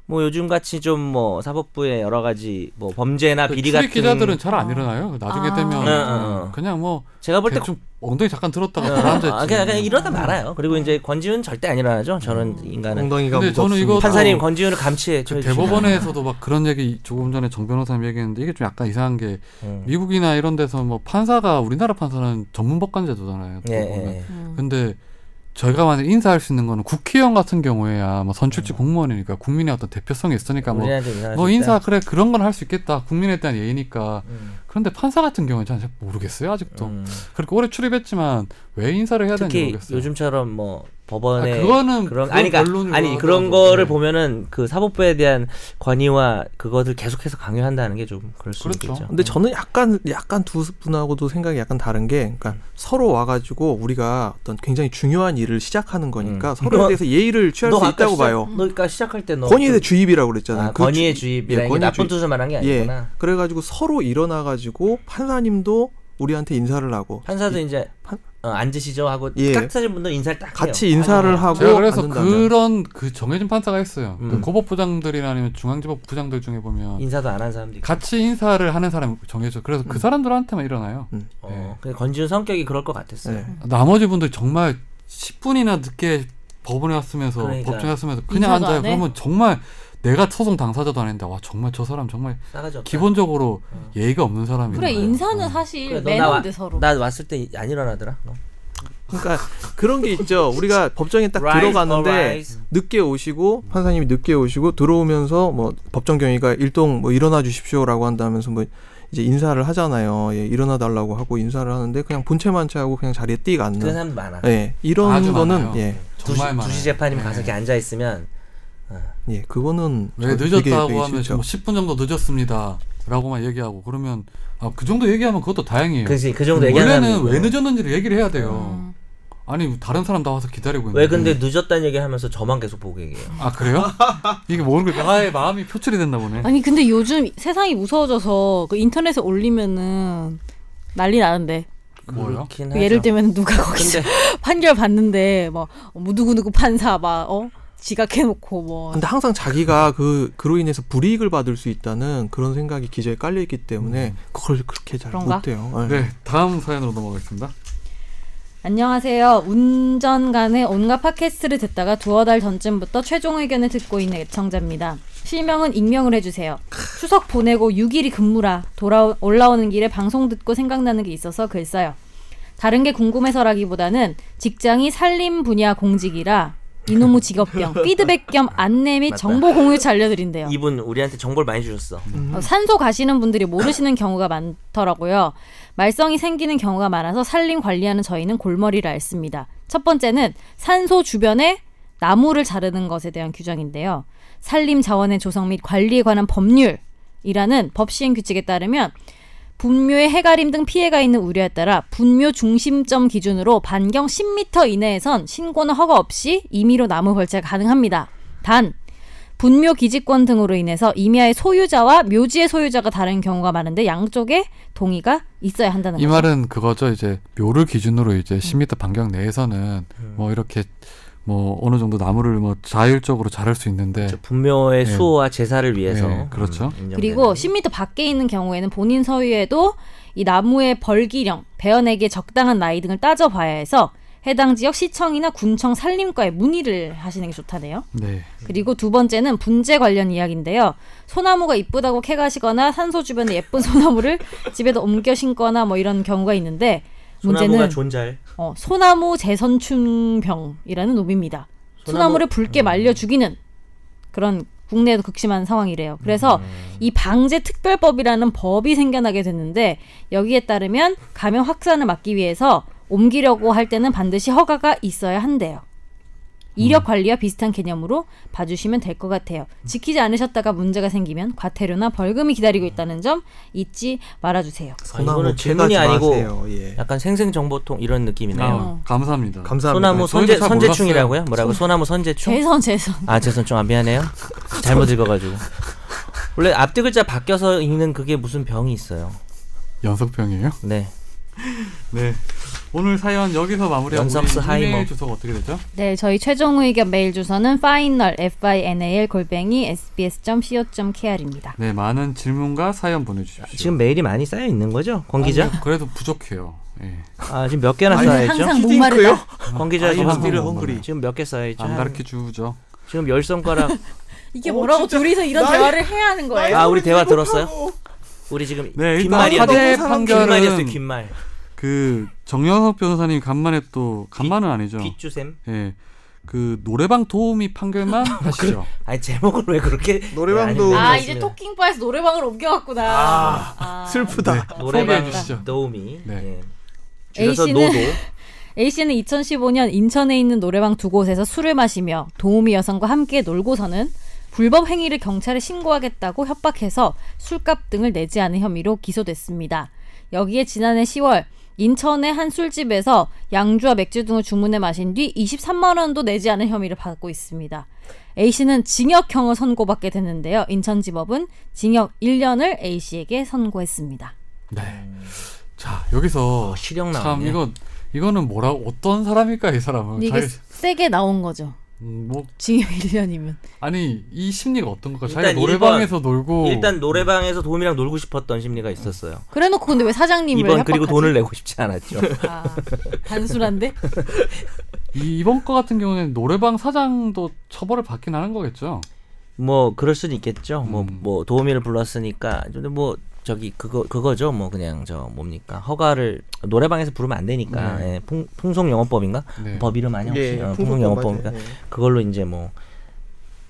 C: 뭐 요즘 같이 좀 뭐 사법부의 여러 가지 뭐 범죄나
A: 그
C: 비리
A: 출입
C: 같은
A: 기자들은 잘 안
B: 아.
A: 일어나요. 나중에
B: 아.
A: 되면
C: 응, 응, 응.
A: 그냥 뭐
C: 제가 볼때
A: 대충 엉덩이 잠깐 들었다가 음. 가라앉아
C: 아,
A: 있지.
C: 그냥, 그냥 이러다 말아요. 그리고 이제 권지훈 절대 안 일어나죠. 저는
A: 음.
C: 인간은 음.
D: 엉덩이가
A: 근데 저는 이거
D: 무겁습니다.
C: 판사님
A: 어.
C: 권지훈을 감치해
A: 저
C: 줘요.
A: 대법원에서도 막 그런 얘기 조금 전에 정 변호사님 얘기했는데 이게 좀 약간 이상한 게
C: 음.
A: 미국이나 이런 데서 뭐 판사가 우리나라 판사는 전문 법관제도잖아요.
C: 예,
A: 보면.
C: 예.
B: 음.
A: 근데 저희가 만약 인사할 수 있는 거는 국회의원 같은 경우에야 뭐 선출직 공무원이니까 국민의 어떤 대표성이 있으니까 뭐,
C: 음. 우리한테 인사할
A: 뭐
C: 수 있다.
A: 인사 그래 그런 건 할 수 있겠다 국민에 대한 예의니까
C: 음.
A: 그런데 판사 같은 경우는 잘 모르겠어요 아직도
C: 음.
A: 그렇게 오래 출입했지만 왜 인사를 해야 되는지
C: 특히
A: 모르겠어요.
C: 요즘처럼 뭐
A: 아,
C: 법원에
A: 그거는
C: 그런
A: 그건
C: 아니
A: 변론을
C: 그러니까 아니
A: 하더라도.
C: 그런 거를
A: 네.
C: 보면은 그 사법부에 대한 권위와 그것을 계속해서 강요한다는 게 좀 그럴 수
A: 그렇죠.
C: 있겠죠.
D: 근데 저는 약간 약간 두 분하고도 생각이 약간 다른 게 그러니까
C: 음.
D: 서로 와가지고 우리가 어떤 굉장히 중요한 일을 시작하는 거니까
C: 음.
D: 서로에
C: 너-
D: 대해서 예의를 취할
C: 너
D: 수
C: 아까
D: 있다고
C: 시작-
D: 봐요.
C: 너 아까 시작할 때너
D: 권위에 대해 주입이라고 그랬잖아요.
C: 아,
D: 그
C: 권위의
D: 주-
C: 주입이라는 게
D: 권위의
C: 나쁜
D: 주입.
C: 뜻을 말한 게
D: 예.
C: 아니구나.
D: 그래가지고 서로 일어나가지고 판사님도 우리한테 인사를 하고
C: 판사도 이제
D: 판-
C: 어, 앉으시죠 하고
D: 예.
C: 딱 사진 분들 인사를 딱 해요.
D: 같이 인사를 하고
A: 제가 그래서
D: 앉는다면.
A: 그런 그 정해진 판사가 있어요. 그
C: 음.
A: 고법부장들이나 아니면 중앙지법 부장들 중에 보면
C: 인사도 안 한 사람도 있고.
A: 같이 인사를 하는 사람 정해져. 그래서
D: 음.
A: 그 사람들한테만 일어나요.
C: 어, 근데 권지훈 성격이 그럴 것 같았어요.
D: 네.
A: 나머지 분들 정말 10분이나 늦게 법원에 왔으면서
C: 그러니까.
A: 법정에 왔으면서 그냥
B: 인사도
A: 앉아요.
B: 안 해?
A: 그러면 정말 내가 소송 당사자도 아닌데 와 정말 저 사람 정말
C: 싸가지 없다.
A: 기본적으로
D: 어.
A: 예의가 없는 사람이에요.
B: 그래 인사는 사실
C: 그래, 너
B: 매너인데
C: 나,
B: 서로.
C: 나 왔을 때 안 일어나더라. 너.
D: 그러니까 그런 게 있죠. 우리가 법정에 딱
C: Rise
D: 들어가는데
C: or rise.
D: 늦게 오시고 판사님이 늦게 오시고 들어오면서 뭐 법정 경위가 일동 뭐 일어나 주십시오라고 한다면서 뭐 이제 인사를 하잖아요. 예, 일어나 달라고 하고 인사를 하는데 그냥 본체만 채하고 그냥 자리에 띡
C: 그런
D: 앉는.
C: 사람도 많아.
D: 예, 이런
A: 아주
D: 거는
A: 많아요.
D: 예,
C: 두시,
A: 정말 많아요.
C: 두시 재판이면
A: 네.
C: 가서 이렇게 앉아 있으면
D: 예, 그거는
A: 왜
D: 저 되게
A: 늦었다고
D: 되게
A: 하면
D: 싫죠.
A: 뭐 10분 정도 늦었습니다라고만 얘기하고 그러면 아, 그 정도 얘기하면 그것도
D: 예.
A: 다행이에요.
C: 그지 그 정도 얘기하면
A: 원래는 왜 늦었는지를 얘기를 해야 돼요.
B: 음.
A: 아니 다른 사람 다 와서 기다리고 있는데
C: 왜 근데 늦었다는 얘기하면서 저만 계속 보고 얘기해요.
A: 아 그래요? 이게 모르는 거야. 아예 마음이 표출이 됐나 보네.
B: 아니 근데 요즘 세상이 무서워져서 그 인터넷에 올리면은 난리 나는데
A: 뭐요?
C: 그렇긴
B: 그
C: 하죠.
B: 예를 들면 누가 거기서
C: 근데
B: 판결 봤는데 막 어, 뭐 누구누구 판사 막 어? 지각해놓고 뭐
D: 근데 항상 자기가 그 그로 인해서 불이익을 받을 수 있다는 그런 생각이 기저에 깔려 있기 때문에 그걸 음. 그렇게 잘
B: 그런가?
D: 못해요. 예.
A: 네 다음 사연으로 넘어가겠습니다.
B: 안녕하세요. 운전간에 온갖 팟캐스트를 듣다가 두어 달 전쯤부터 최종 의견을 듣고 있는 애청자입니다. 실명은 익명을 해주세요. 추석 보내고 6일이 근무라 돌아 올라오는 길에 방송 듣고 생각나는 게 있어서 글 써요. 다른 게 궁금해서라기보다는 직장이 살림 분야 공직이라 이놈의 직업병, 피드백 겸 안내 및 정보 공유 알려드린대요.
C: 이분 우리한테 정보를 많이 주셨어.
A: 음.
B: 어, 산소 가시는 분들이 모르시는 경우가 많더라고요. 말썽이 생기는 경우가 많아서 산림 관리하는 저희는 골머리를 앓습니다. 첫 번째는 산소 주변에 나무를 자르는 것에 대한 규정인데요. 산림 자원의 조성 및 관리에 관한 법률이라는 법 시행 규칙에 따르면 분묘의 해가림 등 피해가 있는 우려에 따라 분묘 중심점 기준으로 반경 10m 이내에선 신고나 허가 없이 임의로 나무 벌채가 가능합니다. 단 분묘 기지권 등으로 인해서 임야의 소유자와 묘지의 소유자가 다른 경우가 많은데 양쪽에 동의가 있어야 한다는
A: 이
B: 거죠.
A: 말은 그거죠. 이제 묘를 기준으로 이제 10m 반경 내에서는
C: 네.
A: 뭐 이렇게 뭐 어느 정도 나무를 뭐 자율적으로 자랄 수 있는데
C: 저 분묘의
A: 네.
C: 수호와 제사를 위해서. 음,
A: 네, 그렇죠.
C: 인정되는.
B: 그리고 10m 밖에 있는 경우에는 본인 서유에도 이 나무의 벌기령, 배어내기에 적당한 나이 등을 따져봐야 해서 해당 지역 시청이나 군청 산림과에 문의를 하시는 게 좋다네요.
A: 네.
B: 그리고 두 번째는 분재 관련 이야기인데요. 소나무가 이쁘다고 캐가시거나 산소 주변에 예쁜 소나무를 집에다 옮겨 심거나 뭐 이런 경우가 있는데
C: 소나무가
B: 문제는
C: 존잘.
B: 어, 소나무 재선충병이라는 놈입니다. 소나무, 음. 를 붉게 말려 죽이는 그런 국내에도 극심한 상황이래요. 그래서 이 방제특별법이라는 법이 생겨나게 됐는데 여기에 따르면 감염 확산을 막기 위해서 옮기려고 할 때는 반드시 허가가 있어야 한대요. 이력 관리와 비슷한 개념으로 봐주시면 될 것 같아요. 지키지 않으셨다가 문제가 생기면 과태료나 벌금이 기다리고 있다는 점 잊지 말아주세요.
D: 소나무
C: 이거는
D: 캐가지
C: 질문이 아니고
D: 마세요. 예.
C: 약간 생생정보통 이런
A: 아,
C: 느낌이네요.
A: 감사합니다.
D: 감사합니다.
B: 아,
C: 소나무
A: 저희도
C: 선제
A: 잘
C: 선제충이라고요? 뭐라고? 소나무 선제충?
B: 재선 재선.
C: 아, 재선 좀 안 미안해요. 잘못 읽어가지고. 원래 앞뒤 글자 바뀌어서 읽는 그게 무슨 병이 있어요.
A: 연속병이에요?
C: 네.
A: 네. 오늘 사연 여기서 마무리하고
C: 연속스
A: 우리
C: 하이머.
A: 이메일 주소가 어떻게 되죠?
B: 네, 저희 최종 의견 메일 주소는 final final 골뱅이 sbs.co.kr입니다.
A: 네, 많은 질문과 사연 보내주십시오.
C: 지금 메일이 많이 쌓여 있는 거죠, 권 기자?
A: 아니, 그래도 부족해요. 예.
C: 아 지금 몇 개나 쌓여있죠?
B: 항상 목마르다.
C: 권 기자
D: 아,
C: 지금
D: I'm still
C: 한-
D: hungry.
C: 지금 몇 개 쌓여있죠?
A: 안
C: 한-
A: 가르쳐 주죠.
C: 지금 열 손가락.
B: 이게 뭐라고 둘이서 이런 대화를 해야 하는 거예요?
C: 아 우리 대화 들었어요? 우리 지금
A: 네, 일단
C: 귓말이었어요.
A: 화재
C: 귓말이었어요.
A: 판결은
C: 귓말.
A: 그 정영석 변호사님 간만에 또 간만은 아니죠.
C: 귓주셈.
A: 예. 그 노래방 도우미 판결만 하시죠.
C: 아니 제목을 왜 그렇게
D: 노래방도
B: 아,
D: 아,
B: 이제 토킹바에서 노래방으로 옮겨갔구나. 아,
D: 슬프다.
A: 소개해
C: 노래방
A: 주시죠.
C: 노우미.
A: 네.
C: 네.
B: A
C: 줄여서
B: 씨는-
C: 노도.
B: A 씨는 2015년 인천에 있는 노래방 두 곳에서 술을 마시며 도우미 여성과 함께 놀고서는 불법 행위를 경찰에 신고하겠다고 협박해서 술값 등을 내지 않은 혐의로 기소됐습니다. 여기에 지난해 10월 인천의 한 술집에서 양주와 맥주 등을 주문해 마신 뒤 23만 원도 내지 않은 혐의를 받고 있습니다. A 씨는 징역형을 선고받게 됐는데요. 인천지법은 징역 1년을 A 씨에게 선고했습니다.
A: 네. 자, 여기서
C: 어, 실형
A: 참
C: 나왔네. 네,
A: 이거 이거는 뭐라 어떤 사람일까 이 사람은
B: 이게
A: 자기-
B: 세게 나온 거죠.
A: 음, 뭐
B: 징역 1년이면.
A: 아니 이 심리가 어떤 걸까? 자기가
C: 일단
A: 노래방에서 놀고
C: 일단 노래방에서 도우미랑 놀고 싶었던 심리가 있었어요.
B: 그래놓고 근데 음, 왜 사장님을
C: 이번
B: 협박하지?
C: 그리고 돈을 내고 어, 싶지 않았죠.
B: 아, 단순한데?
A: 이, 이번 거 같은 경우는 노래방 사장도 처벌을 받긴 하는 거겠죠.
C: 뭐 그럴 수는 있겠죠. 뭐 뭐
A: 음.
C: 도우미를 불렀으니까 근데 뭐 저기 그거 그거죠. 뭐 그냥 저 뭡니까 허가를 노래방에서 부르면 안 되니까
A: 네.
C: 예, 풍, 풍속영업법인가
A: 네.
C: 법 이름 아니야 혹시 어,
D: 예, 풍속영업법이니까.
C: 풍속영업법인가 그걸로 이제 뭐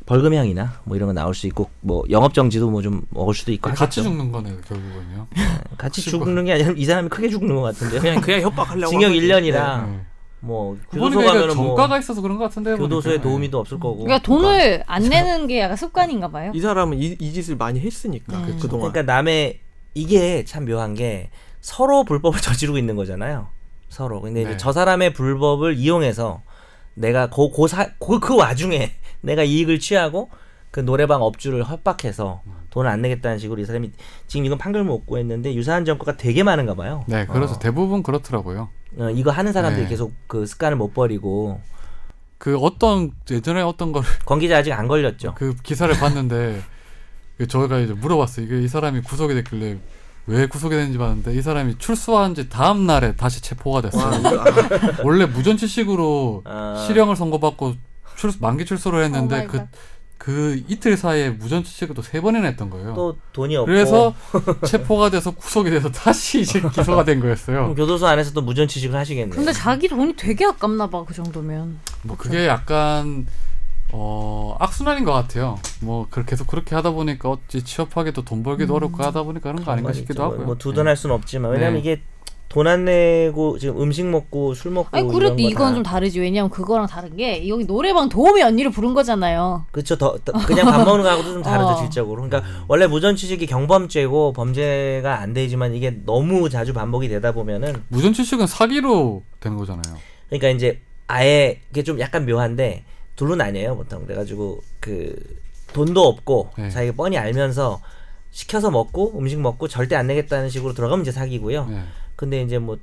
C: 벌금형이나 뭐 이런 거 나올 수 있고 뭐 영업정지도 뭐 좀 먹을 수도 있고
A: 같이
C: 하겠죠.
A: 죽는 거네요 결국은요.
C: 같이
A: 죽을
C: 죽는 게 아니라 이 사람이 크게 죽는 것 같은데 그냥
E: 그냥 협박하려고
C: 징역
E: 한 거지.
C: 1년이랑
A: 네.
C: 뭐 교도소
A: 그보니까 이거
C: 가면은 뭐
A: 정가가 있어서 그런 것 같은데
C: 교도소에 도우미도 없을 거고
B: 그러니까 돈을 안 내는 게 약간 습관인가 봐요.
D: 예. 이 사람은 이, 이 짓을 많이 했으니까
B: 네.
D: 그동안.
C: 그러니까 남의 이게 참 묘한 게 서로 불법을 저지르고 있는 거잖아요. 서로. 근데 이제
A: 네.
C: 저 사람의 불법을 이용해서 내가 고, 고 사, 고, 그 와중에 내가 이익을 취하고 그 노래방 업주를 협박해서 돈을 안 내겠다는 식으로 이 사람이 지금 이건 판결 못 구했는데 유사한 전과가 되게 많은가 봐요.
A: 네, 그래서
C: 어,
A: 대부분 그렇더라고요.
C: 어, 이거 하는 사람들이
A: 네.
C: 계속 그 습관을 못 버리고
A: 그 어떤 예전에 어떤 거를
C: 권 기자 아직 안 걸렸죠.
A: 그 기사를 봤는데 그 저희가 이제 물어봤어요. 이게 이 사람이 구속이 됐길래 왜 구속이 됐는지 봤는데 이 사람이 출소한 지 다음 날에 다시 체포가
D: 와,
A: 됐어요.
D: 이거, 아,
A: 원래 무전치식으로
C: 아.
A: 실형을 선고받고 출 만기 출소를 했는데
B: Oh my
A: 그 그
B: God.
A: 이틀 사이에 무전치식을 또 세 번이나 했던 거예요.
C: 어, 또 돈이 없고
A: 그래서 체포가 돼서 구속이 돼서 다시 이제 기소가 된
C: 그럼
A: 거였어요.
C: 교도소 안에서 또 무전취직을 하시겠네요.
B: 근데 자기 돈이 되게 아깝나 봐, 그 정도면.
A: 뭐 그게 약간 어 악순환인 것 같아요. 뭐 그- 계속 그렇게 하다 보니까 어찌 취업하기도 돈 벌기도 어렵고 하다 보니까 그런 거 음, 아닌가 싶기도 하고요.
C: 음,
A: 예.
C: 뭐두돈 할 수는 없지만 왜냐면
A: 네.
C: 이게 돈 안 내고 지금 음식 먹고 술 먹고
B: 아니,
C: 어, 이런
B: 그래도
C: 거
B: 이건
C: 다-
B: 좀 다르지. 왜냐면 그거랑 다른 게, 여기 노래방 도우미 언니를 부른 거잖아요.
C: 그쵸 더, 더- 그냥 밥 먹는 거하고도 좀 다르죠
B: 어.
C: 질적으로 그러니까 원래 무전취식이 경범죄고 범죄가 안 되지만 이게 너무 자주 반복이 되다 보면은
A: 무전취식은 사기로 된 거잖아요.
C: 그러니까 이제 아예 이게 좀 약간 묘한데 둘은 아니에요 보통 그래가지고 그 돈도 없고
A: 네.
C: 자기가 뻔히 알면서 시켜서 먹고 음식 먹고 절대 안 내겠다는 식으로 들어가면 이제 사기고요
A: 네.
C: 근데 이제 뭐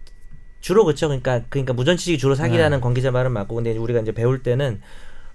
C: 주로 그쵸 그러니까 그러니까 무전취식이 주로 사기라는 관계자 말은 맞고 근데 이제 우리가 이제 배울 때는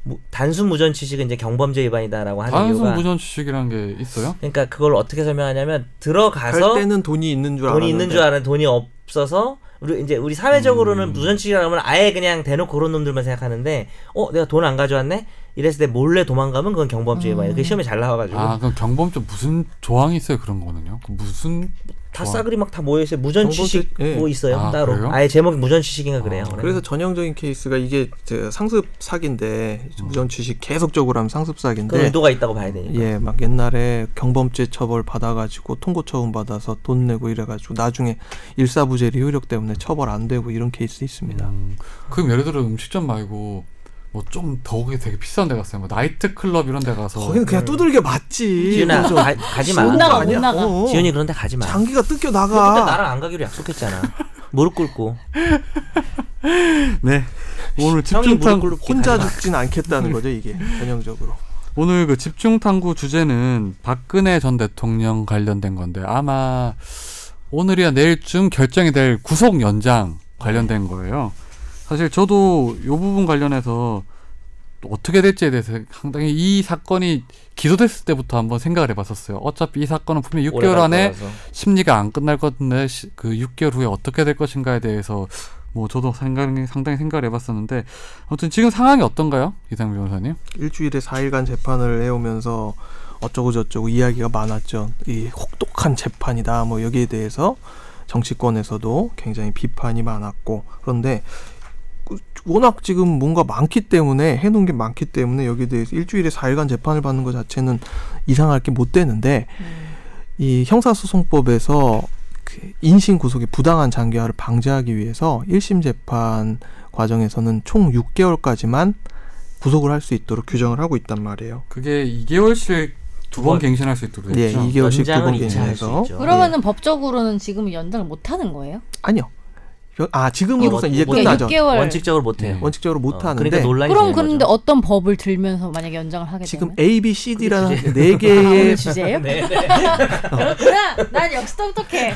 C: 무- 단순 무전취식은 이제 경범죄 위반이다라고 하는
A: 단순
C: 이유가
A: 무전취식이라는 게 있어요?
C: 그러니까 그걸 어떻게 설명하냐면 들어가서
D: 갈 때는 돈이 있는 줄
C: 돈이
D: 알았는데
C: 있는 줄 알았는데 돈이 없어서 우리 이제 우리 사회적으로는 무전취식이라고 하면 아예 그냥 대놓고 그런 놈들만 생각하는데 어 내가 돈 안 가져왔네 이랬을 때 몰래 도망가면 그건 경범죄 위반이에요 그게 시험에 잘 나와가지고
A: 아 그럼 경범죄 무슨 조항이 있어요 그런 거는요? 그 무슨
C: 다
A: 좋아.
C: 싸그리 막 다 모여 있어요 무전취식
D: 경범죄- 예.
C: 뭐 있어요
A: 아,
C: 따로
A: 그래요?
C: 아예 제목이 무전취식인가 그래요
D: 그래서 전형적인 케이스가 이게 저 상습 사기인데 무전 취식 계속적으로 하면 상습
C: 그
D: 사기인데
C: 의도가 있다고 봐야 되니까
D: 예, 막 옛날에 경범죄 처벌 받아가지고 통고 처분 받아서 돈 내고 이래가지고 나중에 일사부재리 효력 때문에 처벌 안 되고 이런 케이스 있습니다.
A: 음, 그럼 예를 들어 음식점 말고 뭐 좀 더게 되게 비싼 데 갔어요. 뭐 나이트 클럽 이런 데 가서
D: 거기는 그냥 두들겨 맞지.
C: 음. 지윤아 가, 가지 마.
B: 못 나가, 못 나가.
D: 어.
C: 지윤이 그런데 가지 마.
D: 장기가 뜯겨
C: 너 그때
D: 나가.
C: 나랑 안 가기로 약속했잖아. 무릎 꿇고.
A: 네 오늘
C: 형이 무릎
A: 집중탄
C: 꿇고
D: 혼자
C: 가지 마.
D: 죽진 않겠다는 거죠 이게 전형적으로.
A: 오늘 그 집중 탐구 주제는 박근혜 전 대통령 관련된 건데 아마 오늘이야 내일쯤 결정이 될 구속 연장 관련된 거예요. 사실 저도 이 부분 관련해서 또 어떻게 될지에 대해서 상당히 이 사건이 기소됐을 때부터 한번 생각을 해봤었어요. 어차피 이 사건은 분명 히 6개월 안에 심리가 안 끝날 건데 시- 그 6개월 후에 어떻게 될 것인가에 대해서 뭐 저도 생각이 상당히 생각을 해봤었는데 아무튼 지금 상황이 어떤가요, 이상 변호사님?
D: 일주일에 4일간 재판을 해오면서 어쩌고저쩌고 이야기가 많았죠. 이 혹독한 재판이다. 뭐 여기에 대해서 정치권에서도 굉장히 비판이 많았고 그런데 그- 워낙 지금 뭔가 많기 때문에 해놓은 게 많기 때문에 여기에 대해서 일주일에 4일간 재판을 받는 것 자체는 이상할 게 못 되는데 이 형사소송법에서 그 인신 구속의 부당한 장기화를 방지하기 위해서 1심 재판 과정에서는 총 6개월까지만 구속을 할 수 있도록 규정을 하고 있단 말이에요.
A: 그게 2개월씩 두 번
C: 번.
A: 갱신할 수 있도록
D: 예,
A: 됐죠.
D: 2개월씩 두
C: 그렇죠. 연장은
D: 번
C: 이차할 수
D: 갱신해서 예.
C: 있죠.
B: 그러면은 법적으로는 지금 연장을 못 하는 거예요?
D: 아니요. 여- 아, 지금으로서
C: 이거
D: 이제
C: 뭐-
D: 끝나죠.
B: 6개월.
C: 원칙적으로 못 해요.
A: 네.
D: 원칙적으로 못
C: 어,
D: 하는데
C: 그러니까 논란이
B: 그럼
C: 되는 거죠.
B: 그런데 어떤 법을 들면서 만약에 연장을 하게
D: 지금
B: 되면?
D: A, B, C, D라는
C: 그게
D: 네
B: 아, 오늘
D: 개의
B: 주제예요?
C: 네.
B: 그렇구나. 난 역시 똑똑해.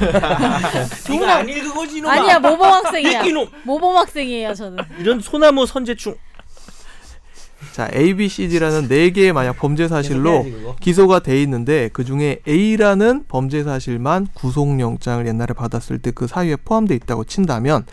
C: 이거 안 읽고 지놈아.
B: 아니야 모범 학생이야.
C: 이놈.
B: 모범 학생이에요 저는.
C: 이런 소나무 선재충.
D: 자, A, B, C, D라는 네 개의 만약 범죄 사실로
C: 계속 해야지, 그거.
D: 기소가 돼 있는데 그 중에 A라는 범죄 사실만 구속영장을 옛날에 받았을 때 그 사유에 포함돼 있다고 친다면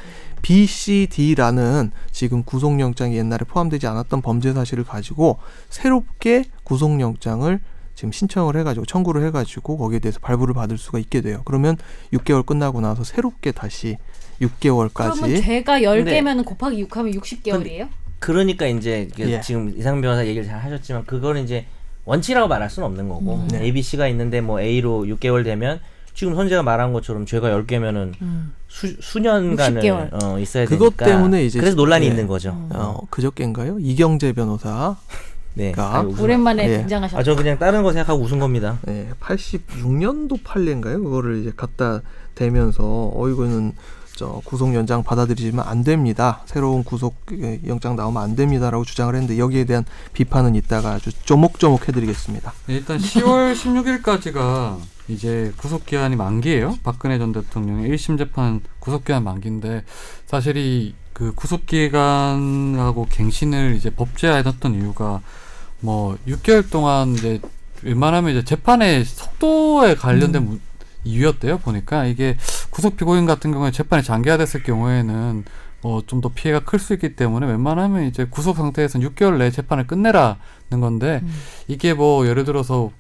D: B, C, D라는 지금 구속영장이 옛날에 포함되지 않았던 범죄 사실을 가지고 새롭게 구속영장을 지금 신청을 해가지고 청구를 해가지고 거기에 대해서 발부를 받을 수가 있게 돼요. 그러면 6개월 끝나고 나서 새롭게 다시 6개월까지
B: 그러면 죄가 10개면
C: 근데-
B: 곱하기 6하면 60개월이에요?
C: 그러니까 이제 이게
D: 예.
C: 지금 이상 변호사 얘기를 잘 하셨지만 그걸 이제 원칙이라고 말할 수는 없는 거고
D: 네.
C: A, B, C가 있는데 뭐 A로 6개월 되면 지금 선재가 말한 것처럼 죄가 10개면은 수,
B: 음.
C: 수년간을
B: 60개월. 음.
C: 어, 있어야 되니까
D: 그것 때문에 이제
C: 그래서 논란이
D: 예.
C: 있는 거죠.
D: 어, 그저께인가요? 이경재 변호사
C: 네.
D: 그러니까
C: 아유, 웃음.
B: 오랜만에
D: 예.
B: 등장하셨다.
C: 아, 저 그냥 다른 거 생각하고 웃은 겁니다.
D: 네, 86년도 판례인가요? 그거를 이제 갖다 대면서 어 이거는 저 구속 연장 받아들이지면 안 됩니다. 새로운 구속 예, 영장 나오면 안 됩니다라고 주장을 했는데 여기에 대한 비판은 이따가 아주 조목조목 해드리겠습니다.
A: 네, 일단 10월 16일까지가 이제 구속 기한이 만기예요. 박근혜 전 대통령의 1심 재판 구속 기한 만기인데 사실 이 그 구속 기간하고 갱신을 이제 법제화해 놨던 이유가 뭐 6개월 동안 이제 웬만하면 이제 재판의 속도에 관련된 문- 이유였대요. 보니까 이게 구속 피고인 같은 경우에 재판이 장기화됐을 경우에는 어, 좀 더 피해가 클 수 있기 때문에 웬만하면 이제 구속 상태에서는 6개월 내에 재판을 끝내라는 건데 이게 뭐 예를 들어서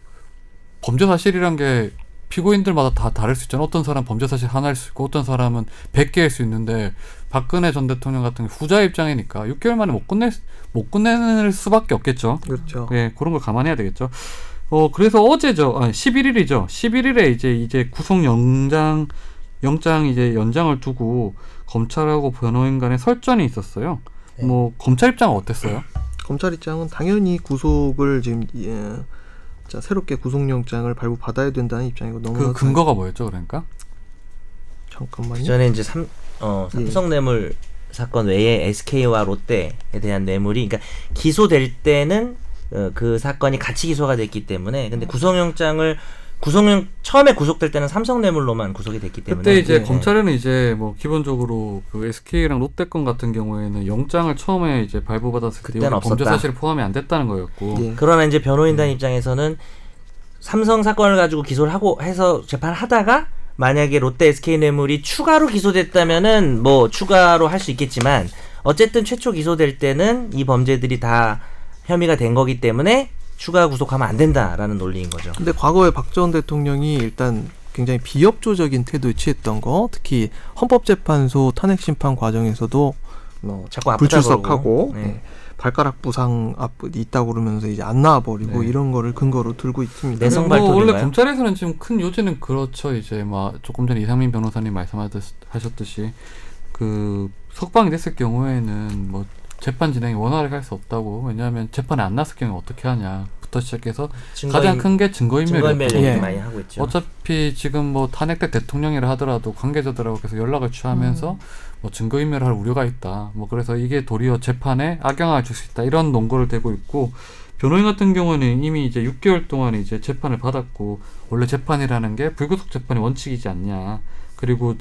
A: 범죄 사실이란 게 피고인들마다 다 다를 수 있잖아. 어떤 사람 범죄 사실 하나일 수 있고 어떤 사람은 100개일 수 있는데 박근혜 전 대통령 같은 경우 후자 입장이니까 6개월 만에 못 끝낼 수- 못 끝내는 수밖에 없겠죠.
D: 그렇죠.
A: 예, 그런 걸 감안해야 되겠죠. 어, 그래서 어제죠. 아, 11일이죠. 11일에 이제 이제 구속 영장 영장 이제 연장을 두고 검찰하고 변호인 간의 설전이 있었어요.
C: 네.
A: 뭐 검찰 입장은 어땠어요?
D: 검찰 입장은 당연히 구속을 지금 예, 자 새롭게 구속 영장을 발부 받아야 된다는 입장이고 너무
A: 그 근거가 뭐였죠, 그러니까?
C: 그
D: 잠깐만요.
C: 전에 이제 삼, 어, 삼성 뇌물 사건 외에 SK와 롯데에 대한 뇌물이 그러니까 기소될 때는 어, 그 사건이 같이 기소가 됐기 때문에 근데 구속영장을 구속영 처음에 구속될 때는 삼성 뇌물로만 구속이 됐기 때문에
A: 그때 이제
C: 네.
A: 검찰은 이제 뭐 기본적으로 그 SK랑 롯데 건 같은 경우에는 영장을 처음에 이제 발부받았을 때
C: 그때는
A: 여기 범죄
C: 없었다.
A: 사실이 포함이 안 됐다는 거였고
D: 예.
C: 그러나 이제 변호인단 입장에서는 삼성 사건을 가지고 기소를 하고 해서 재판을 하다가 만약에 롯데 SK 뇌물이 추가로 기소됐다면은 뭐 추가로 할 수 있겠지만 어쨌든 최초 기소될 때는 이 범죄들이 다 혐의가 된 거기 때문에 추가 구속하면 안 된다라는 논리인 거죠.
D: 근데 과거에 박 전 대통령이 일단 굉장히 비협조적인 태도에 취했던 거, 특히 헌법재판소 탄핵 심판 과정에서도 뭐
C: 자꾸 아프다
D: 불출석하고
C: 그러고.
D: 예,
C: 네.
D: 발가락 부상 앞 있다고 그러면서 이제 안 나와버리고
A: 네.
D: 이런 거를 근거로 들고 있습니다.
C: 내성-
A: 뭐 원래
C: 발톱인가요?
A: 검찰에서는 지금 큰 요지는 그렇죠. 이제 막 조금 전에 이상민 변호사님 말씀하셨듯이 그 석방이 됐을 경우에는 뭐 재판 진행이 원활하게 할 수 없다고. 왜냐하면 재판에 안 났을 경우 어떻게 하냐부터 시작해서 가장 큰 게 증거인멸이었고
C: 증거인멸
D: 증거인멸
C: 얘기
D: 예.
C: 많이 하고 있죠.
A: 어차피 지금 뭐 탄핵된 대통령이라 하더라도 관계자들하고 계속 연락을 취하면서 뭐 증거인멸할 우려가 있다. 뭐 그래서 이게 도리어 재판에 악영향을 줄 수 있다. 이런 논거를 대고 있고 변호인 같은 경우는 이미 이제 6개월 동안 이제 재판을 받았고 원래 재판이라는 게 불구속 재판이 원칙이지 않냐. 그리고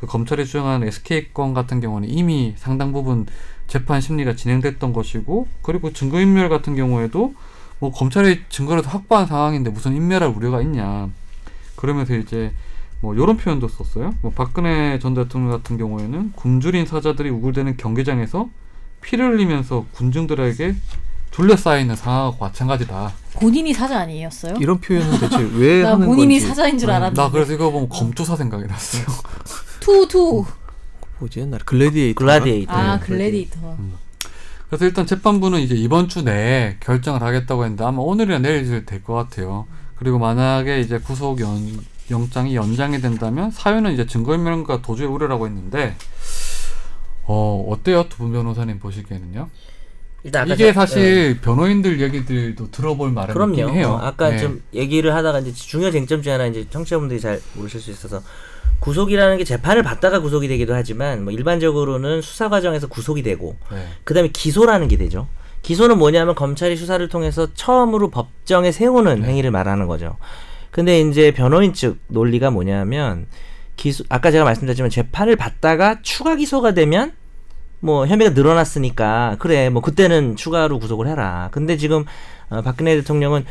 A: 그 검찰이 주장한 SK 건 같은 경우는 이미 상당 부분 재판 심리가 진행됐던 것이고 그리고 증거 인멸 같은 경우에도 뭐 검찰이 증거를 다 확보한 상황인데 무슨 인멸할 우려가 있냐. 그러면서 이제 뭐 이런 표현도 썼어요. 뭐 박근혜 전 대통령 같은 경우에는 굶주린 사자들이 우글대는 경기장에서 피를 흘리면서 군중들에게 둘러싸이는 상황하고 마찬가지다.
B: 본인이 사자 아니었어요?
D: 이런 표현은 대체 왜
B: 나
D: 예, 하는
B: 본인이
D: 건지
B: 사자인 줄 알았는데.
A: 네. 음,
B: 어.
A: 나 그래서 이거 보면 검투사 생각이 났어요.
B: 투투.
D: 뭐지 옛날 글래디에이터
C: 글라디에이터.
B: 아
D: 네,
B: 글래디터.
A: 그래서 일단 재판부는 이제 이번 주 내에 결정을 하겠다고 했는데 아마 오늘이나 내일 될 것 같아요. 그리고 만약에 이제 구속 연, 영장이 연장이 된다면 사유는 이제 증거인멸과 도주의 우려라고 했는데 어 어때요 두 분 변호사님 보시기에는요?
C: 일단 아까
A: 이게
C: 저- 예.
A: 사실 변호인들 얘기들도 들어볼 말은 있긴
C: 그럼요.
A: 해요.
C: 어, 아까
A: 네.
C: 좀 얘기를 하다가 이제 중요 한 쟁점 중에 하나 이제 청취자분들이 잘 모르실 수 있어서 구속이라는 게 재판을 받다가 구속이 되기도 하지만 뭐 일반적으로는 수사 과정에서 구속이 되고
A: 네.
C: 그다음에 기소라는 게 되죠. 기소는 뭐냐면 검찰이 수사를 통해서 처음으로 법정에 세우는
A: 네.
C: 행위를 말하는 거죠. 근데 이제 변호인 측 논리가 뭐냐면 기소 아까 제가 말씀드렸지만 재판을 받다가 추가 기소가 되면 뭐 혐의가 늘어났으니까 그래 뭐 그때는 추가로 구속을 해라. 근데 지금 어, 박근혜 대통령은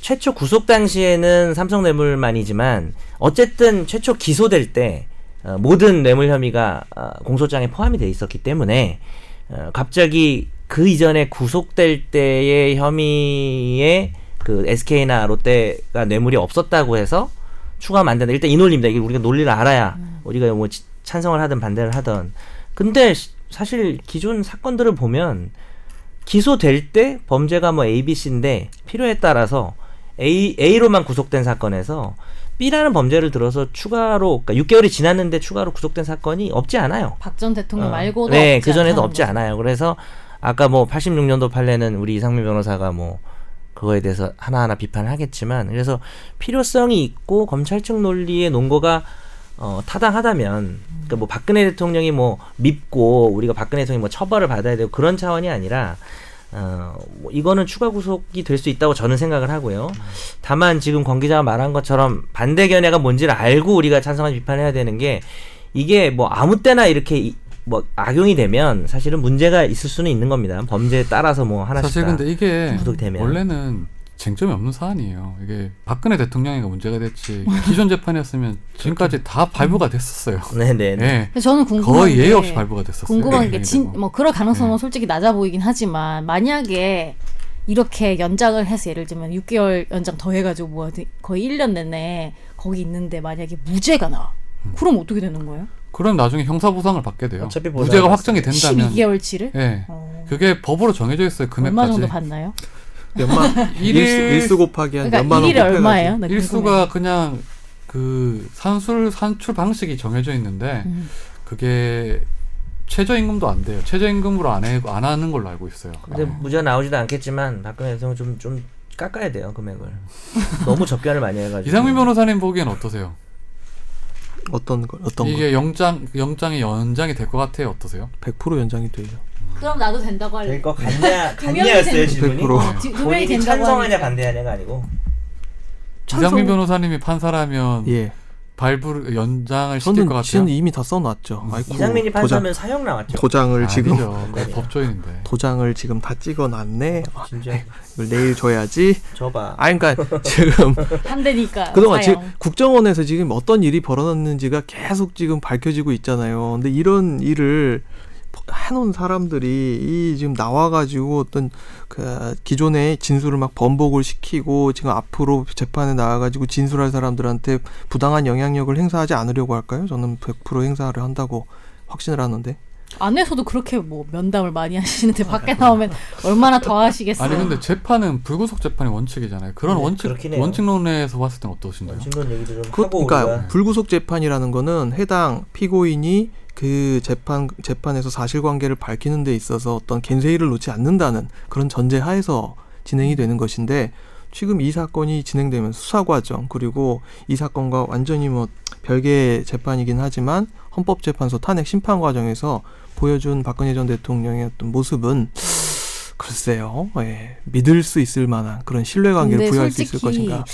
C: 최초 구속 당시에는 삼성 뇌물만이지만 어쨌든 최초 기소될 때 어, 모든 뇌물 혐의가 어, 공소장에 포함이 돼 있었기 때문에 어, 갑자기 그 이전에 구속될 때의 혐의에 그 SK나 롯데가 뇌물이 없었다고 해서 추가하면 안 된다. 일단 이 논리입니다. 이게 우리가 논리를 알아야 우리가 뭐 지- 찬성을 하든 반대를 하든. 근데 시- 사실 기존 사건들을 보면 기소될 때 범죄가 뭐 A, B, C인데 필요에 따라서 A, A로만 구속된 사건에서 B라는 범죄를 들어서 추가로 그러니까 6개월이 지났는데 추가로 구속된 사건이 없지 않아요.
B: 박 전 대통령
C: 어.
B: 말고도
C: 네,
B: 없지
C: 그 전에도
B: 않다는
C: 없지
B: 거죠.
C: 않아요. 그래서 아까 뭐 86년도 판례는 우리 이상민 변호사가 뭐 그거에 대해서 하나하나 비판을 하겠지만 그래서 필요성이 있고 검찰 측 논리의 논거가 어, 타당하다면 그러니까 뭐 박근혜 대통령이 뭐 밉고 우리가 박근혜 대통령이 뭐 처벌을 받아야 되고 그런 차원이 아니라 어, 뭐 이거는 추가 구속이 될 수 있다고 저는 생각을 하고요. 다만 지금 권 기자가 말한 것처럼 반대 견해가 뭔지를 알고 우리가 찬성한 비판해야 되는 게 이게 뭐 아무 때나 이렇게 이- 뭐 악용이 되면 사실은 문제가 있을 수는 있는 겁니다. 범죄에 따라서 뭐 하나씩
A: 사실
C: 다
A: 근데 이게
C: 구속되면
A: 원래는 쟁점이 없는 사안이에요. 이게 박근혜 대통령이가 문제가 됐지 기존 재판이었으면 지금까지 다 발부가 됐었어요.
C: 네네 네.
A: 네.
B: 근데 저는 궁금한
A: 거의 예의
B: 게
A: 없이 발부가 됐었어요.
B: 궁금한
A: 네,
B: 게 진
A: 이거.
B: 뭐 그럴 가능성은
A: 네.
B: 솔직히 낮아 보이긴 하지만 만약에 이렇게 연장을 해서 예를 들면 6개월 연장 더 해가지고 뭐 하여튼 거의 1년 내내 거기 있는데 만약에 무죄가 나와 그럼 어떻게 되는 거예요?
A: 그럼 나중에 형사 보상을 받게 돼요.
C: 어차피 보상을
A: 무죄가 확정이 된다면
B: 12개월치를? 어.
A: 예. 그게 법으로 정해져 있어요.
B: 얼마 정도
A: 금액까지.
B: 받나요?
D: 연만
A: 일일-
D: 일수, 일수 곱하기 한
B: 그러니까
D: 연만 원
B: 일일이
D: 곱해가지고
B: 얼마예요? 나 궁금해요.
A: 일수가 그냥 그 산술 산출 방식이 정해져 있는데
B: 음.
A: 그게 최저임금도 안 돼요. 최저임금으로 안, 해, 안 하는 걸로 알고 있어요.
C: 근데 뭐
A: 네.
C: 무죄 나오지도 않겠지만 박근혜 대통령 좀좀 깎아야 돼요 금액을 너무 접견을 많이 해가지고
A: 이상민 변호사님 보기엔 어떠세요?
D: 어떤 걸 어떤 걸
A: 이게 영장 영장이 연장이 될 것 같아요. 어떠세요?
D: 100% 연장이 되죠.
B: 그럼 나도 된다고 할래.
C: 될거 같냐
B: 분명히
C: 같냐였어요 질문이
D: 100%.
B: 어, 두- 두 명이
C: 본인이
B: 된다고
C: 찬성하냐
B: 하니까.
C: 반대하냐가 아니고
A: 이상민 변호사님이 판사라면
D: 예.
A: 발부 연장을 시킬
D: 저는
A: 것 같아요.
D: 저는 이미 다 써놨죠. 아이고,
C: 이상민이
D: 도장,
C: 판사면 사형 나왔죠
D: 도장을 지금 네.
A: 아니죠. 그건 법조인인데.
D: 도장을 지금 다 찍어놨네. 아,
C: 진짜
D: 이걸 내일 줘야지.
C: 저봐
D: 아, 그러니까 지금
B: 안 되니까.
D: 그동안
B: 사형.
D: 지금 국정원에서 지금 어떤 일이 벌어졌는지가 계속 지금 밝혀지고 있잖아요. 근데 이런 일을 해놓은 사람들이 이 지금 나와가지고 어떤 그 기존의 진술을 막 번복을 시키고 지금 앞으로 재판에 나와가지고 진술할 사람들한테 부당한 영향력을 행사하지 않으려고 할까요? 저는 100% 행사를 한다고 확신을 하는데
B: 안에서도 그렇게 뭐 면담을 많이 하시는데 밖에 나오면 얼마나 더 하시겠어요?
A: 아니 근데 재판은 불구속 재판이 원칙이잖아요. 그런
C: 네,
A: 원칙
C: 그렇긴 해요.
A: 원칙론에서 봤을 땐 어떠신가요?
C: 원칙론 뭐 얘기도 좀
D: 그,
C: 하고
D: 그러니까
C: 우리가
D: 불구속 재판이라는 거는 해당 피고인이 그 재판 재판에서 사실관계를 밝히는 데 있어서 어떤 겐세이를 놓지 않는다는 그런 전제 하에서 진행이 되는 것인데 지금 이 사건이 진행되면 수사 과정 그리고 이 사건과 완전히 뭐 별개의 재판이긴 하지만 헌법재판소 탄핵 심판 과정에서 보여준 박근혜 전 대통령의 어떤 모습은 글쎄요. 예. 믿을 수 있을 만한 그런 신뢰 관계를
B: 근데
D: 부여할 수 있을
B: 솔직히
D: 것인가?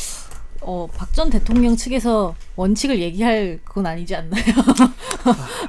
B: 어, 박 전 대통령 측에서 원칙을 얘기할 그건 아니지 않나요?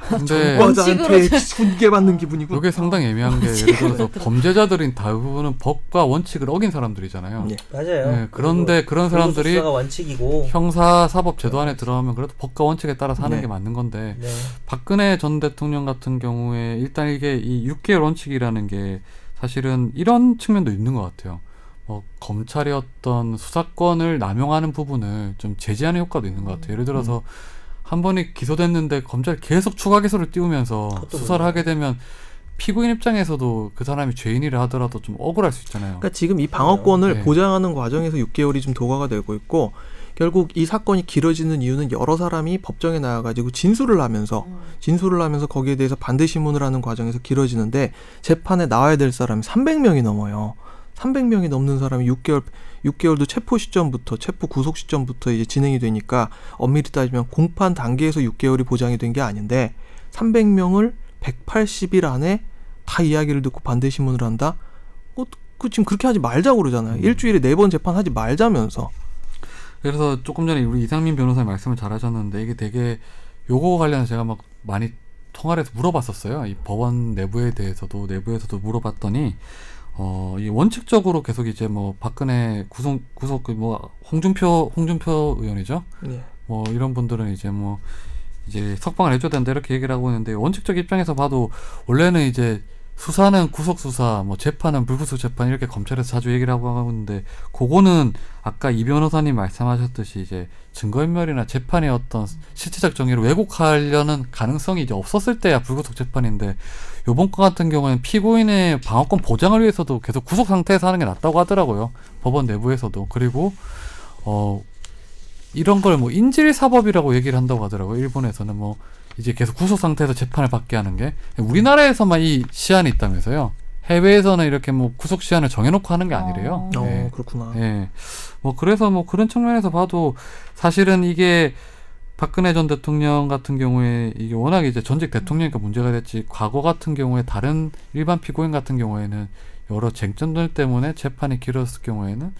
A: 근데
D: 과자한테
B: 원칙으로
D: 훈계받는 기분이고.
A: 이게 네. 상당히 애매한 게 예를 들어서
B: 그렇더라고요.
A: 범죄자들인 대부분은 법과 원칙을 어긴 사람들이잖아요.
D: 예.
E: 맞아요.
A: 네, 그런데 그런 사람들이
E: 가 원칙이고.
A: 형사 사법 제도 안에 들어가면 그래도 법과 원칙에 따라 사는
D: 네.
A: 게 맞는 건데
E: 네.
A: 박근혜 전 대통령 같은 경우에 일단 이게 이 6개월 원칙이라는 게 사실은 이런 측면도 있는 것 같아요. 뭐 검찰이 어떤 수사권을 남용하는 부분을 좀 제재하는 효과도 있는 것 같아요. 예를
E: 음,
A: 들어서 한 번이 기소됐는데 검찰이 계속 추가 기소를 띄우면서
E: 그것도 그렇죠.
A: 수사를
E: 그래요.
A: 하게 되면 피고인 입장에서도 그 사람이 죄인이라 하더라도 좀 억울할 수 있잖아요.
D: 그러니까 지금 이 방어권을
A: 네.
D: 보장하는 과정에서 6개월이 좀 도가가 되고 있고 결국 이 사건이 길어지는 이유는 여러 사람이 법정에 나와가지고 진술을 하면서 진술을 하면서 거기에 대해서 반대 신문을 하는 과정에서 길어지는데 재판에 나와야 될 사람이 300명이 넘어요. 300명이 넘는 사람이 6개월 6개월도 체포 시점부터 체포 구속 시점부터 이제 진행이 되니까 엄밀히 따지면 공판 단계에서 6개월이 보장이 된 게 아닌데 300명을 180일 안에 다 이야기를 듣고 반대 신문을 한다. 어, 그 지금 그렇게 하지 말자고 그러잖아요.
A: 음.
D: 일주일에 네 번 재판 하지 말자면서.
A: 어, 그래서 조금 전에 우리 이상민 변호사님 말씀을 잘하셨는데 이게 되게 요거 관련해서 제가 막 많이 통화를 해서 물어봤었어요. 이 법원 내부에 대해서도 내부에서도 물어봤더니 어, 이 원칙적으로 계속 이제 뭐 박근혜 구속 구속 그뭐 홍준표 홍준표 의원이죠. 뭐 이런 분들은 이제 뭐 이제 석방을 해줘야 된다 이렇게 얘기를 하고 있는데 원칙적 입장에서 봐도 원래는 이제 수사는 구속 수사, 뭐 재판은 불구속 재판 이렇게 검찰에서 자주 얘기를 하고 하는데 그거는 아까 이 변호사님 말씀하셨듯이 이제 증거인멸이나 재판의 어떤 실체적 정의를 왜곡하려는 가능성이 이제 없었을 때야 불구속 재판인데 요번 건 같은 경우에는 피고인의 방어권 보장을 위해서도 계속 구속 상태에서 하는 게 낫다고 하더라고요 법원 내부에서도 그리고 어 이런 걸 뭐 인질 사법이라고 얘기를 한다고 하더라고요. 일본에서는 뭐 이제 계속 구속 상태에서 재판을 받게 하는 게 우리나라에서만 이 시한이 있다면서요. 해외에서는 이렇게 뭐 구속 시한을 정해놓고 하는 게 아니래요.
D: 어,
A: 예.
D: 그렇구나.
A: 예. 뭐 그래서 뭐 그런 측면에서 봐도 사실은 이게 박근혜 전 대통령 같은 경우에 이게 워낙 이제 전직 대통령이니까 문제가 됐지 과거 같은 경우에 다른 일반 피고인 같은 경우에는 여러 쟁점들 때문에 재판이 길었을 경우에는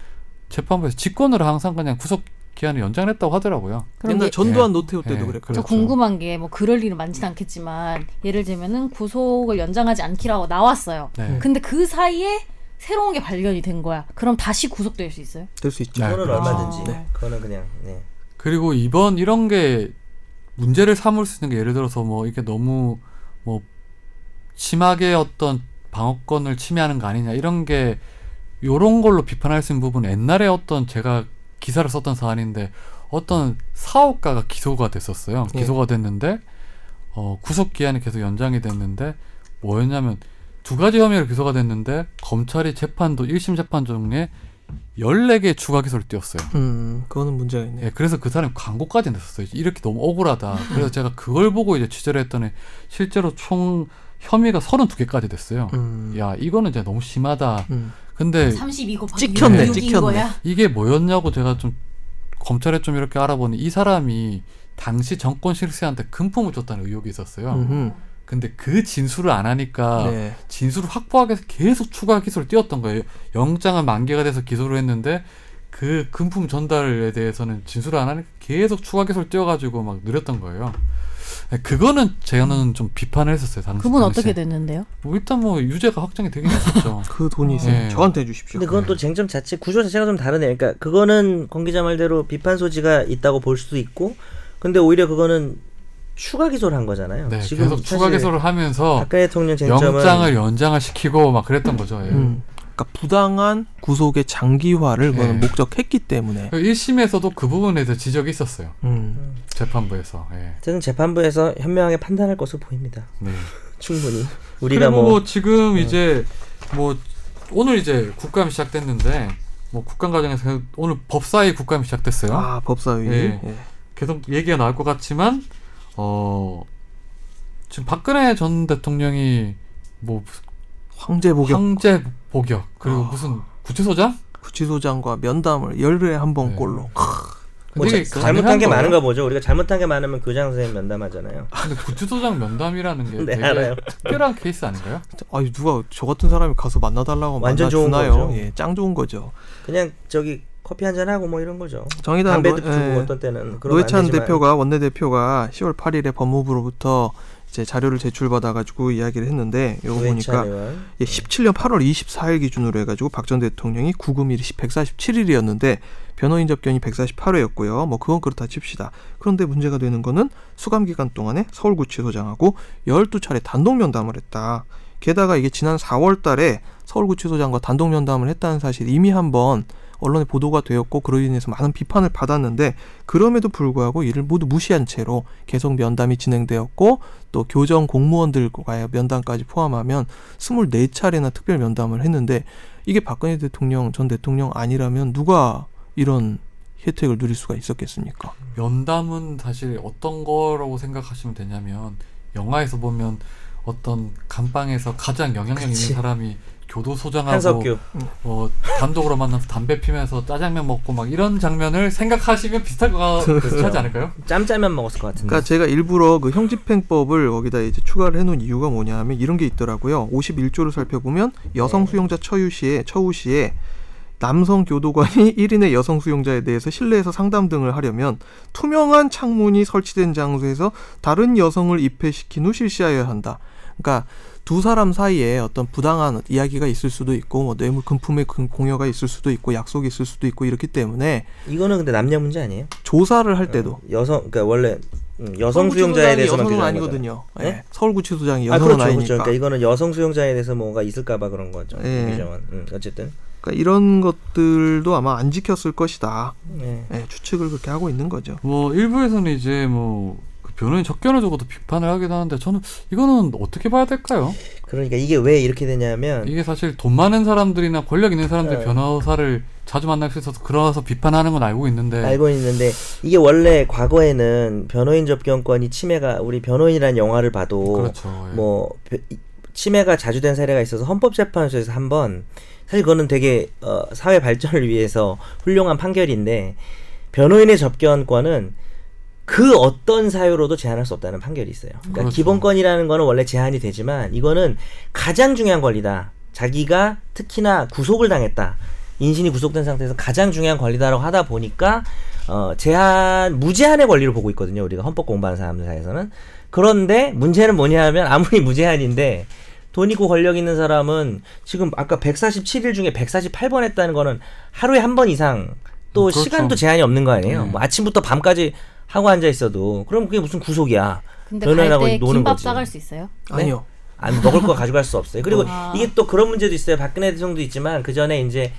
A: 재판부에서 직권으로 항상 그냥 구속 기한을 연장했다고 하더라고요.
D: 옛날
B: 그런데
D: 전두환 노태우 때도
A: 예,
D: 그랬고.
B: 저
A: 그렇죠.
B: 궁금한 게 뭐 그럴 일은 많진 않겠지만 예를 들면은 구속을 연장하지 않기라고 나왔어요.
A: 네.
B: 근데 그 사이에 새로운 게 발견이 된 거야. 그럼 다시 구속될 수 있어요?
D: 될 수 있죠.
A: 네.
E: 그거는
A: 그렇죠.
E: 얼마든지.
B: 네.
E: 그거는 그냥. 네.
A: 그리고 이번 이런 게 문제를 삼을 수 있는 게 예를 들어서 뭐 이게 너무 뭐 심하게 어떤 방어권을 침해하는 거 아니냐 이런 게 요런 걸로 비판할 수 있는 부분 옛날에 어떤 제가 기사를 썼던 사안인데 어떤 사업가가 기소가 됐었어요.
D: 예.
A: 기소가 됐는데 어 구속 기한이 계속 연장이 됐는데 뭐였냐면 두 가지 혐의로 기소가 됐는데 검찰이 재판도 1심 재판 중에 14개 추가 기소를 띄웠어요.
D: 음, 그거는 문제가 있네.
A: 예, 그래서 그 사람이 광고까지 냈었어요. 이렇게 너무 억울하다. 그래서 제가 그걸 보고 이제 취재를 했더니 실제로 총 혐의가 32개까지 됐어요.
D: 음.
A: 네. 야, 이거는 진짜 너무 심하다.
D: 음.
A: 근데
B: 32 곱하기
D: 찍혔네,
B: 6인
D: 찍혔네.
B: 거야?
A: 이게 뭐였냐고 제가 좀 검찰에 좀 이렇게 알아보니 이 사람이 당시 정권 실세한테 금품을 줬다는 의혹이 있었어요.
D: 음흠.
A: 근데 그 진술을 안 하니까
D: 네.
A: 진술을 확보하기 위해서 계속 추가 기소를 띄웠던 거예요. 영장은 만기가 돼서 기소를 했는데 그 금품 전달에 대해서는 진술을 안 하니까 계속 추가 기소를 띄워가지고 막 느렸던 거예요. 네, 그거는 제가는 좀 비판을 했었어요. 당시,
B: 그분
A: 당시에.
B: 어떻게 됐는데요?
A: 뭐 일단 뭐 유죄가 확정이 되긴 했었죠.
D: 그 돈이 있어요.
A: 네.
D: 저한테 해주십시오.
E: 근데 그건 또 쟁점 자체 구조 자체가 좀 다르네요. 그러니까 그거는 권 기자 말대로 비판 소지가 있다고 볼 수도 있고, 근데 오히려 그거는 추가 기소를 한 거잖아요.
A: 네,
E: 지금
A: 계속 추가
E: 사실
A: 기소를 하면서
E: 박근혜 대통령 쟁점은
A: 영장을 연장을 시키고 막 그랬던 거죠. 예.
D: 음. 그러니까 부당한 구속의 장기화를 그거는
A: 네.
D: 목적했기 때문에.
A: 1심에서도 그 부분에 대해서 지적이 있었어요.
D: 음.
A: 재판부에서. 예.
E: 저는 재판부에서 현명하게 판단할 것으로 보입니다.
A: 네.
E: 충분히 우리가
A: 그리고
E: 뭐
A: 지금
C: 네.
A: 이제 뭐 오늘 이제 국감이 시작됐는데 뭐 국감 과정에서 오늘 법사위 국감이 시작됐어요.
D: 아, 법사위.
A: 네.
D: 예.
A: 계속 얘기가 나올 것 같지만 어 지금 박근혜 전 대통령이 뭐
D: 황제 복역
A: 황제 복역 그리고
D: 아.
A: 무슨 구치소장
D: 구치소장과 면담을 열흘에 한
A: 네.
D: 번꼴로.
C: 뭐
A: 되게
C: 자-
A: 가능한
C: 잘못한 게
A: 거예요?
C: 많은가 보죠. 우리가 잘못한 게 많으면 교장 선생님 면담하잖아요.
A: 근데 구치소장 면담이라는 게
C: 네,
A: 되게
C: 알아요.
A: 특별한 케이스 아닌가요?
D: 아니 누가 저 같은 사람이 가서 만나달라고
C: 완전 좋은
D: 만나주나요?
C: 거죠.
D: 예, 짱 좋은 거죠.
C: 그냥 저기 커피 한 잔 하고 뭐 이런 거죠.
D: 정의당
C: 담배도
D: 노-
C: 피우고
D: 예.
C: 어떤 때는 그러면 안
D: 노회찬
C: 되지만.
D: 대표가 원내 대표가 10월 8일에 법무부로부터 이제 자료를 제출받아가지고 이야기를 했는데 요거
C: 노회찬
D: 보니까
C: 의원.
D: 예, 17년 8월 24일 기준으로 해가지고 박 전 대통령이 구금일이 147일이었는데 변호인 접견이 148회였고요. 뭐 그건 그렇다 칩시다. 그런데 문제가 되는 거는 수감 기간 동안에 서울구치소장하고 12차례 단독 면담을 했다. 게다가 이게 지난 4월 달에 서울구치소장과 단독 면담을 했다는 사실 이미 한번 언론에 보도가 되었고 그로 인해서 많은 비판을 받았는데 그럼에도 불구하고 이를 모두 무시한 채로 계속 면담이 진행되었고 또 교정 공무원들과의 면담까지 포함하면 24차례나 특별 면담을 했는데 이게 박근혜 대통령 전 대통령 아니라면 누가 이런 혜택을 누릴 수가 있었겠습니까?
A: 면담은 사실 어떤 거라고 생각하시면 되냐면 영화에서 보면 어떤 감방에서 가장 영향력
C: 그치.
A: 있는 사람이 교도소장하고
C: 예, 한석규.
A: 어, 단독으로 만나서 담배 피면서 짜장면 먹고 막 이런 장면을 생각하시면 비슷할 거
C: 그렇죠.
A: 비슷하지 않을까요?
C: 짬짜면 먹었을 것 같은데.
D: 그러니까 제가 일부러 그 형집행법을 거기다 이제 추가를 해놓은 이유가 뭐냐면 이런 게 있더라고요. 51조를 살펴보면 여성 수용자 처유 시에 처우 시에 남성 교도관이 1인의 여성 수용자에 대해서 실내에서 상담 등을 하려면 투명한 창문이 설치된 장소에서 다른 여성을 입회시킨 후 실시하여야 한다. 그러니까 두 사람 사이에 어떤 부당한 이야기가 있을 수도 있고 뭐 뇌물 금품의 금- 공여가 있을 수도 있고 약속이 있을 수도 있고 이렇기 때문에
C: 이거는 근데 남녀 문제 아니에요?
D: 조사를 할 때도
C: 여성 그러니까 원래 음, 여성 수용자에 대해서만
D: 여성은
C: 규정한
D: 아니거든요.
C: 거잖아요. 네?
D: 예, 서울구치소장이
C: 아
D: 여성은
C: 그렇죠,
D: 아니니까.
C: 그렇죠. 그러니까 이거는 여성 수용자에 대해서 뭐가 있을까봐 그런 거죠.
D: 예.
C: 규정은. 음, 어쨌든.
D: 그러니까 이런 것들도 아마 안 지켰을 것이다.
C: 예.
D: 예, 추측을 그렇게 하고 있는 거죠.
A: 뭐 일부에서는 이제 뭐. 그 변호인 적견을 적어도 비판을 하기도 하는데 저는 이거는 어떻게 봐야 될까요?
C: 그러니까 이게 왜 이렇게 되냐면
A: 이게 사실 돈 많은 사람들이나 권력 있는 사람들이
C: 네.
A: 변호사를 자주 만날 수 있어서 그래서 비판하는 건 알고 있는데
C: 알고 있는데 이게 원래 과거에는 변호인 접견권이 침해가 우리 변호인이라는 영화를 봐도
A: 그렇죠. 예.
C: 뭐 벼- 이- 침해가 자주 된 사례가 있어서 헌법재판소에서 한번 사실 그거는 되게 어, 사회 발전을 위해서 훌륭한 판결인데 변호인의 접견권은 그 어떤 사유로도 제한할 수 없다는 판결이 있어요. 그러니까
A: 그렇죠.
C: 기본권이라는 거는 원래 제한이 되지만 이거는 가장 중요한 권리다. 자기가 특히나 구속을 당했다. 인신이 구속된 상태에서 가장 중요한 권리다라고 하다 보니까 어, 제한 무제한의 권리를 보고 있거든요. 우리가 헌법 공부하는 사람들 사이에서는 그런데 문제는 뭐냐하면 아무리 무제한인데 돈 있고 권력 있는 사람은 지금 아까 147일 중에 148번 했다는 거는 하루에 한 번 이상 또
A: 그렇죠.
C: 시간도 제한이 없는 거 아니에요.
A: 네.
C: 뭐 아침부터 밤까지 하고 앉아 있어도 그럼 그게 무슨 구속이야?
B: 근데 갈
C: 변호인하고
B: 때
C: 노는
B: 김밥
C: 거지.
B: 싸갈 수 있어요?
C: 네.
D: 아니요.
C: 안 먹을 거 가져갈 수 없어요. 그리고
B: 아.
C: 이게 또 그런 문제도 있어요. 박근혜 대통령도 있지만 그 전에 이제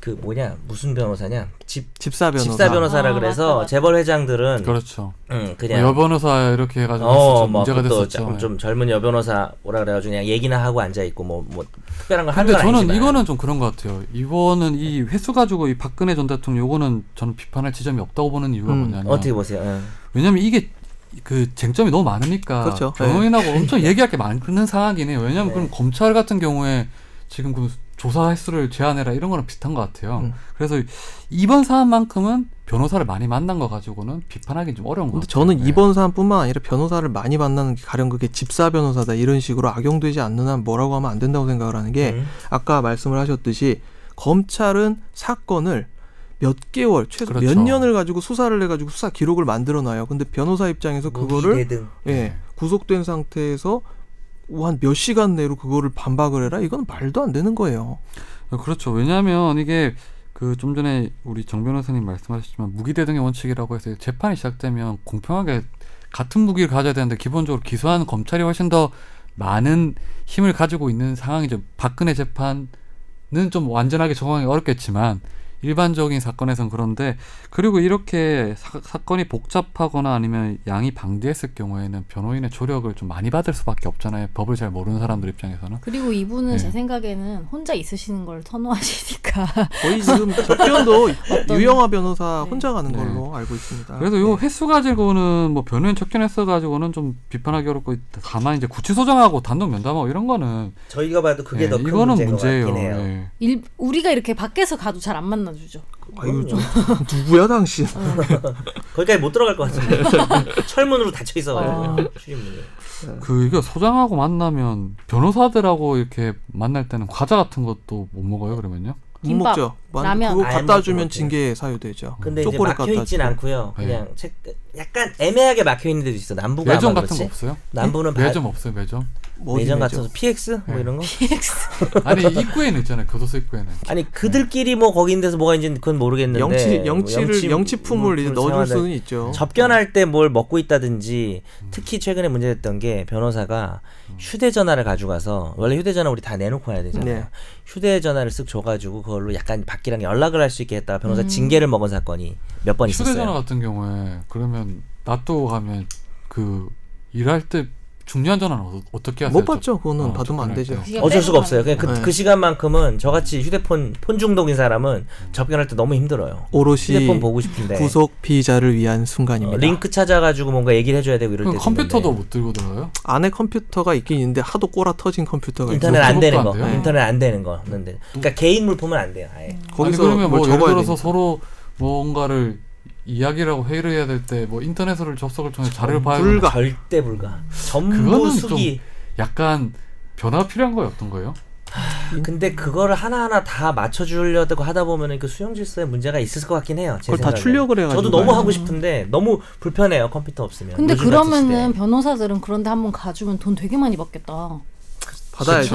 C: 그 뭐냐 무슨 변호사냐 집
D: 집사 변호사.
C: 집사 변호사라
B: 아,
C: 그래서
B: 맞다, 맞다.
C: 재벌 회장들은
A: 그렇죠.
C: 음,
A: 뭐
C: 그냥
A: 여변호사 이렇게 해가지고
C: 어,
A: 진짜
C: 뭐,
A: 문제가
C: 그것도
A: 됐었죠.
C: 좀,
A: 예.
C: 좀 젊은 여변호사 오라 그래가지고 그냥 얘기나 하고 앉아있고, 뭐, 뭐, 특별한 걸 하는
A: 근데
C: 건
A: 저는
C: 아니지만.
A: 이거는 좀 그런 것 같아요. 이거는 이 횟수 가지고 이 박근혜 전 대통령 요거는 저는 비판할 지점이 없다고 보는 이유가
D: 음,
A: 뭐냐면
C: 어떻게 보세요? 응.
A: 왜냐면 이게 그 쟁점이 너무 많으니까
D: 그렇죠.
A: 변호인하고 엄청 얘기할 게 많은 상황이네요. 왜냐면
C: 네.
A: 그럼 검찰 같은 경우에 지금 그 조사 횟수를 제한해라 이런 거랑 비슷한 것 같아요.
D: 음.
A: 그래서 이번 사안만큼은 변호사를 많이 만난 거 가지고는 비판하기 좀 어려운 것
D: 근데
A: 같아요.
D: 저는
A: 네.
D: 이번 사안뿐만 아니라 변호사를 많이 만나는 게 가령 그게 집사 변호사다 이런 식으로 악용되지 않는 한 뭐라고 하면 안 된다고 생각을 하는
A: 예.
D: 게
C: 음.
D: 아까 말씀을 하셨듯이 검찰은 사건을 몇 개월 최소
A: 그렇죠.
D: 몇 년을 가지고 수사를 해가지고 수사 기록을 만들어 놔요. 근데 변호사 입장에서 그거를
C: 뭐 무기대등.
D: 예, 구속된 상태에서 한 몇 시간 내로 그거를 반박을 해라? 이건 말도 안 되는 거예요.
A: 그렇죠. 왜냐하면 이게 그 좀 전에 우리 정 변호사님 말씀하셨지만 무기대등의 원칙이라고 해서 재판이 시작되면 공평하게 같은 무기를 가져야 되는데 기본적으로 기소한 검찰이 훨씬 더 많은 힘을 가지고 있는 상황이죠. 박근혜 재판은 좀 완전하게 적응하기 어렵겠지만 일반적인 사건에선 그런데 그리고 이렇게 사, 사건이 복잡하거나 아니면 양이 방대했을 경우에는 변호인의 조력을 좀 많이 받을 수밖에 없잖아요. 법을 잘 모르는 사람들 입장에서는.
B: 그리고 이분은
A: 네.
B: 제 생각에는 혼자 있으시는 걸 선호하시니까
D: 거의 지금 접견도 유영아 변호사
B: 네.
D: 혼자 가는
A: 네.
D: 걸로 알고 있습니다.
A: 그래서 요 횟수 가지고는 뭐 변호인 척견했어 가지고는 좀 비판하기 어렵고 다만 이제 구치소장하고 단독 면담하고 이런 거는
C: 저희가 봐도 그게
A: 예,
C: 더 큰
A: 이거는
C: 문제인 것
A: 문제예요.
C: 같긴 해요.
A: 예.
B: 일, 우리가 이렇게 밖에서 가도 잘 안 5천만 주죠.
D: 네. 아유 좀 누구야 당신?
C: 거기까지 못 들어갈 것 같은데 철문으로 닫혀
B: 아.
C: 있어가지고 출입문이.
A: 그 이게 서장하고 만나면 변호사들하고 이렇게 만날 때는 과자 같은 것도 못 먹어요 그러면요?
D: 못
B: 김밥,
D: 먹죠. 만-
B: 라면.
D: 그거
C: 아예
D: 갖다
C: 먹지
D: 주면
C: 못해요.
D: 징계 사유되죠.
C: 근데 이제
D: 초콜릿
C: 막혀
D: 갖다 네.
C: 있진
D: 주고.
C: 않고요. 그냥 책- 약간 애매하게 막혀 있는 데도 있어. 남부가
A: 매점
C: 아마
A: 같은 거
C: 그렇지.
A: 없어요?
C: 남부는 바-
A: 매점 없어요 매점?
D: 예? 뭐
C: 매점
D: 어디 예.
C: 같은
D: 매점?
C: 거 PX 뭐
A: 네.
C: 이런 거.
A: 아니 입구에는 있잖아요 교도소 입구에는
C: 아니 그들끼리 뭐 거기 있는 데서 뭐가 있는지 그건 모르겠는데
D: 영치
C: 뭐
D: 영치를 영치, 품을 이제 넣어줄
C: 생활할-
D: 수는 있죠. 음.
C: 접견할 때 뭘 먹고 있다든지 특히 최근에 문제됐던 게 변호사가
D: 음.
C: 휴대전화를 가져가서 원래 휴대전화 우리 다 내놓고 와야 되잖아요.
D: 네.
C: 휴대전화를 쓱 줘가지고 그걸로 약간 밖이랑 연락을 할 수 있게 했다가
D: 음.
C: 변호사 징계를 먹은 사건이 몇 번 있었어요.
A: 휴대전화 같은 경우에 그러면 놔두고 가면 그 일할 때 중요한 전화는 어, 어떻게 하세요?
D: 못 받죠. 그거는
A: 어,
D: 받으면 안
A: 접근할
D: 되죠.
A: 때.
C: 어쩔 수가 없어요. 그냥 그,
D: 네.
C: 그 시간만큼은 저같이 휴대폰 폰 중독인 사람은 접견할 때 너무 힘들어요.
D: 오롯이
C: 휴대폰 보고 싶은데
D: 구속 피의자를 위한 순간입니다.
C: 어, 링크 찾아가지고 뭔가 얘기를 해줘야 되고 이럴
A: 그럼
C: 때
A: 컴퓨터도 못 들고 들어요?
D: 안에 컴퓨터가 있긴 있는데 하도 꼬라 터진 컴퓨터가
C: 인터넷
D: 있어서
C: 안 되는
A: 노트북도
C: 거
A: 안 돼요?
C: 인터넷 안 되는 거는데 그러니까 개인 물품은 안 돼요. 아예
A: 아니
D: 거기서
A: 그러면
D: 뭘
A: 뭐 예를
D: 적어야
A: 들어서
D: 되니까.
A: 서로 뭔가를 이야기라고 회의를 해야 될 때 뭐 인터넷으로 접속을 통해 자료를 봐야
D: 어, 불가.
C: 절대 불가. 전부
A: 그거는
C: 수기.
A: 약간 변화가 필요한 거예요 어떤 거예요?
C: 근데 그거를 하나하나 다 맞춰주려고 하다 보면은 그 수용 질서에 문제가 있을 것 같긴 해요. 제
D: 그걸 다
C: 생각에는.
D: 출력을 해가지고
C: 저도 너무
D: 봐요.
C: 하고 싶은데 너무 불편해요 컴퓨터 없으면.
B: 근데
C: 요즘 같은
B: 그러면은
C: 시대에.
B: 변호사들은 그런데 한번 가주면 돈 되게 많이 받겠다.
D: 받아야죠.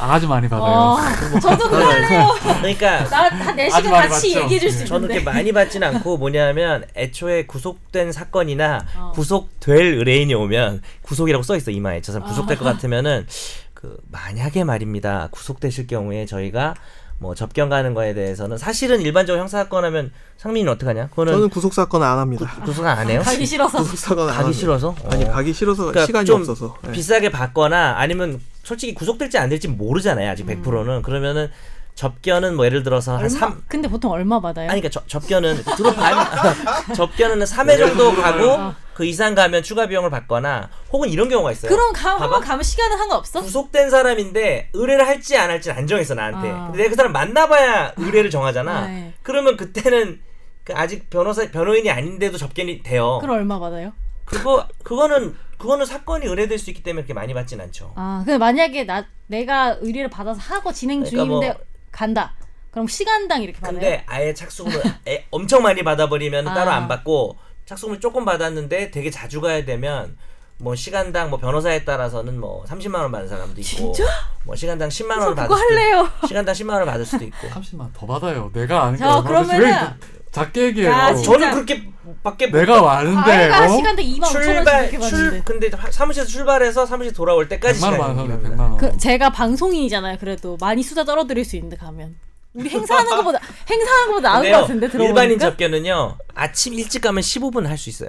A: 아주 많이 받아요.
B: 아, 저도 그럴래요.
C: 그러니까
B: 나내
A: 아주
B: 시간
A: 많이
B: 같이
A: 받죠.
B: 얘기해 줄 수
C: 네. 저는
B: 있는데.
C: 그렇게 많이 받진 않고 뭐냐면 애초에 구속된 사건이나
B: 어.
C: 구속될 의뢰인이 오면 구속이라고 써 있어 이마에 저 사람 구속될 것 같으면은 그 만약에 말입니다 구속되실 경우에 저희가 뭐 접견 가는 거에 대해서는 사실은 일반적으로 형사 사건 하면 상민이는 어떡하냐 그거는
D: 저는 구속 사건 안 합니다.
C: 구, 구속 안 해요
B: 가기 싫어서.
D: 구속 사건 안
C: 가기
D: 합니다.
C: 싫어서
D: 아니
C: 어.
D: 가기 싫어서
C: 그러니까
D: 시간이
C: 좀
D: 없어서 예.
C: 비싸게 받거나 아니면 솔직히 구속될지 안 될지 모르잖아요 아직 100%는 그러면은 접견은 뭐 예를 들어서 한
B: 음. 얼마?
C: 3,
B: 아, 근데 보통 얼마 받아요?
C: 아니 그러니까 저- 접견은 들어봐 접견은 3회 정도
B: 어.
C: 가고 그 이상 가면 추가 비용을 받거나 혹은 이런 경우가 있어요.
B: 그럼 가, 한번
C: 봐봐.
B: 가면 시간은 상관없어?
C: 구속된 사람인데 의뢰를 할지 안 할지 안 정했어 나한테.
B: 아.
C: 근데 내가 그 사람 만나봐야 의뢰를 정하잖아.
B: 네.
C: 그러면 그때는 그 아직 변호사 변호인이 아닌데도 접견이 돼요.
B: 그럼 얼마 받아요?
C: 그거 그거는 그거는 사건이 의뢰될 수 있기 때문에 그렇게 많이 받진 않죠.
B: 아, 근데 만약에 나 내가 의뢰를 받아서 하고 진행
C: 그러니까 뭐-
B: 중인데 간다. 그럼 시간당 이렇게 받아요?
C: 근데 아예 착수금을 애- 엄청 많이 받아버리면
B: 아.
C: 따로 안 받고 착수금을 조금 받았는데 되게 자주 가야 되면 뭐 시간당 뭐 변호사에 따라서는 뭐 30만 원 받는 사람도 있고
B: 진짜?
C: 뭐 시간당 10만
B: 저
C: 원
B: 그거
C: 받을 수도 있고
B: 할래요.
C: 시간당 10만 원 받을 수도 있고
A: 30만 더 받아요. 내가 아는
B: 자,
A: 거 얼마든지 왜
B: 그러면은-
A: 이렇게 작게 얘기해요.
B: 야, 진짜.
C: 저는 그렇게 밖에 못
A: 내가
B: 아예
A: 많은데
B: 가
A: 어?
B: 시간당 2만 5천 원씩
C: 출발
B: 이렇게
C: 출
B: 받는데.
C: 근데 화- 사무실에서 출발해서 사무실 돌아올 때까지
A: 100만 원
C: 시간이
A: 받아서
C: 걸립니다.
A: 100만 원.
B: 그 제가 방송인이잖아요. 그래도 많이 수다 떨어뜨릴 수 있는데 가면 우리 행사하는 것보다 행사하는 것보다 나은 것
C: 근데요,
B: 같은데 들어보니까
C: 일반인 접견은요 아침 일찍 가면 15분 할 수 있어요.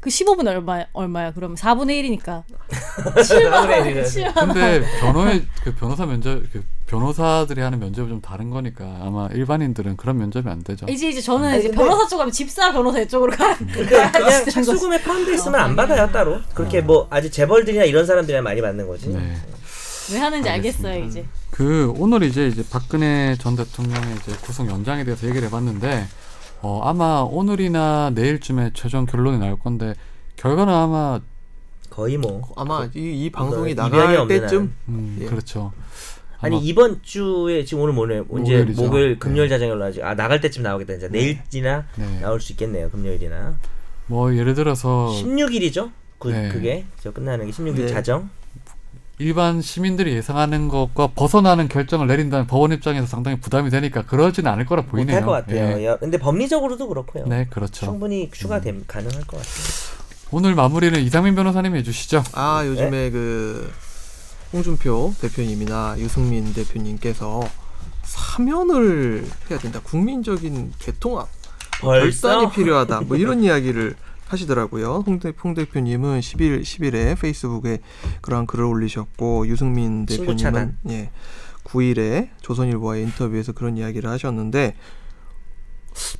B: 그 15분 얼마 얼마야? 그럼 4분의 1이니까 7만 원.
C: 예,
B: 7만 원.
A: 근데 변호의 그 변호사 면접 그 변호사들이 하는 면접이 좀 다른 거니까 아마 일반인들은 그런 면접이 안 되죠.
B: 이제 이제 저는 이제 변호사 쪽 가면 집사 변호사 이쪽으로 가.
C: 그러니까 그냥 착수금에 포함돼
B: 음.
C: 있으면 안 받아요 따로. 그렇게 뭐 아주 재벌들이나 이런 사람들이나 많이 받는 거지.
A: 네.
B: 왜 하는지
A: 알겠습니다.
B: 알겠어요 이제.
A: 그 오늘 이제 이제 박근혜 전 대통령의 이제 구속 연장에 대해서 얘기를 해봤는데 어 아마 오늘이나 내일쯤에 최종 결론이 나올 건데 결과는 아마
C: 거의 뭐
D: 아마 이, 이 어. 방송이
C: 그거 입양이
D: 나갈
C: 없는
D: 때쯤
A: 음
D: 예.
A: 그렇죠.
C: 아니
A: 아마
C: 이번 주에 지금 오늘 뭐네 언제
A: 목요일이죠.
C: 목요일
A: 네.
C: 금요일 자정에 올라가지 아 나갈 때쯤 나오겠다 이제 내일이나
A: 네.
C: 나올 수 있겠네요 금요일이나
A: 뭐 예를 들어서
C: 16일이죠 그
A: 네.
C: 그게 저 끝나는 게 16일
D: 네.
C: 자정 뭐
A: 일반 시민들이 예상하는 것과 벗어나는 결정을 내린다면 법원 입장에서 상당히 부담이 되니까 그러지는 않을 거라 보이네요.
C: 못할 것 같아요
A: 예.
C: 여- 근데 법리적으로도 그렇고요
A: 네, 그렇죠.
C: 충분히 추가 됨 가능할 것 같아요
A: 오늘 마무리는 이상민 변호사님이 해주시죠.
D: 아 요즘에 그 홍준표 대표님이나 유승민 대표님께서 사면을 해야 된다. 국민적인 개통합 결단이 필요하다. 뭐 이런 이야기를 하시더라고요. 홍, 대, 홍 대표님은 10일 10일에 페이스북에 그런 글을 올리셨고 유승민
C: 친구 차단.
D: 대표님은 예. 9일에 조선일보와 인터뷰에서 그런 이야기를 하셨는데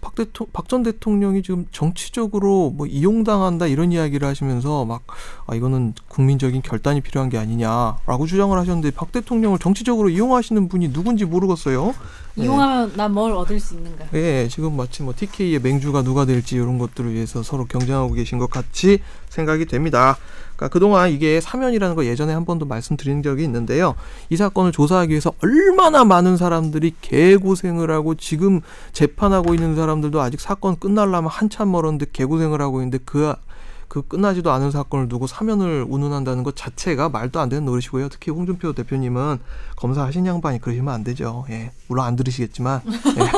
D: 박 대통 박전 대통령이 지금 정치적으로 뭐 이용당한다 이런 이야기를 하시면서 막 아, 이거는 국민적인 결단이 필요한 게 아니냐라고 주장을 하셨는데 박 대통령을 정치적으로 이용하시는 분이 누군지 모르겠어요.
C: 네.
D: 예.
B: 이용하면 난 뭘 얻을 수 있는가?
D: 예, 지금 마치 뭐 TK의 맹주가 누가 될지 이런 것들을 위해서 서로 경쟁하고 계신 것 같이 생각이 됩니다. 그러니까 그동안 이게 사면이라는 걸 예전에 한 번도 말씀드린 적이 있는데요. 이 사건을 조사하기 위해서 얼마나 많은 사람들이 개고생을 하고 지금 재판하고 있는 사람들도 아직 사건 끝날라면 한참 멀었는데 개고생을 하고 있는데 그, 그 끝나지도 않은 사건을 두고 사면을 운운한다는 것 자체가 말도 안 되는 노릇이고요. 특히 홍준표 대표님은 검사하신 양반이 그러시면 안 되죠. 예, 물론 안 들으시겠지만. 예.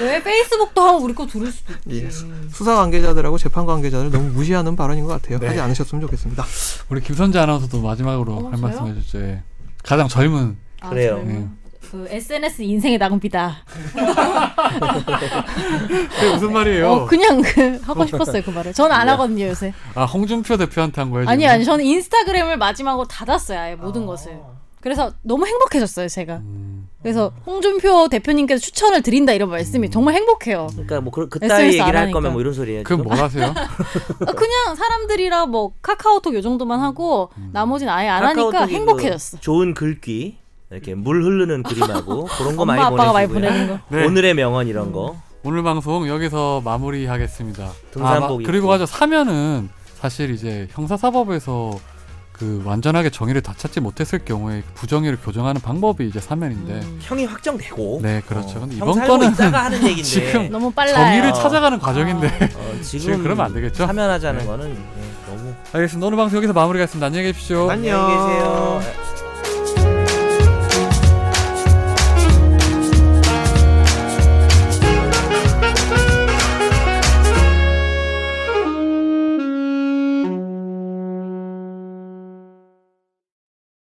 B: 왜 페이스북도 하면 우리 거 들을 수도 있지.
D: 예. 수사 관계자들하고 재판 관계자를 너무 무시하는 발언인 것 같아요. 하지 않으셨으면 좋겠습니다.
A: 우리 김선재 아나운서도 마지막으로
B: 어,
A: 할
B: 저요?
A: 말씀 해주죠. 예. 가장 젊은
B: 아,
E: 그래요.
B: 저는
A: 음.
B: 그 SNS 인생의 낭비다.
A: 그게 네, 무슨 말이에요? 네.
B: 어, 그냥 그 하고 싶었어요 그 말을. 저는 안 하거든요 요새.
A: 아 홍준표 대표한테 한 거예요?
B: 아니
A: 지금?
B: 아니 저는 인스타그램을 마지막으로 닫았어요 아예 모든 것을. 그래서 너무 행복해졌어요 제가.
A: 음,
B: 그래서 홍준표 대표님께서 추천을 드린다 이런
E: 음.
B: 말씀이 정말 행복해요.
E: 그러니까 뭐 그, 그따위
B: SNS 안
E: 얘기를 할
B: 하니까.
E: 거면 뭐 이런 소리예요.
A: 그럼 뭘 하세요?
B: 아, 그냥 사람들이랑 뭐 카카오톡 요 정도만 하고 나머지는 아예 안 하니까
E: 음. 카카오톡이
B: 행복해졌어.
E: 그 좋은 글귀 이렇게 물 흐르는 그림하고 그런 거
B: 엄마
E: 많이
B: 아빠가 많이
E: 보내시고요.
B: 보내는 거.
A: 네.
E: 오늘의 명언 이런 거.
A: 오늘 방송 여기서 마무리하겠습니다. 아,
E: 등산복
A: 마-
E: 입고.
A: 그리고 하죠 사면은 사실 이제 형사사법에서 그 완전하게 정의를 다 찾지 못했을 경우에 부정의를 교정하는 방법이 이제 사면인데.
B: 음,
E: 형이 확정되고. 어,
A: 네, 그렇죠. 근데
E: 형
A: 이번
E: 살고
A: 거는
E: 있다가 하는 얘기인데.
A: 지금
B: 너무 빨라요.
A: 정의를
E: 어.
A: 찾아가는 과정인데.
E: 어, 지금,
A: 지금 그러면 안 되겠죠?
E: 사면하자는
A: 네.
E: 거는 예, 너무.
A: 알겠습니다. 오늘 방송 여기서 마무리하겠습니다. 안녕히 계십시오.
D: 안녕.
E: 안녕히 계세요.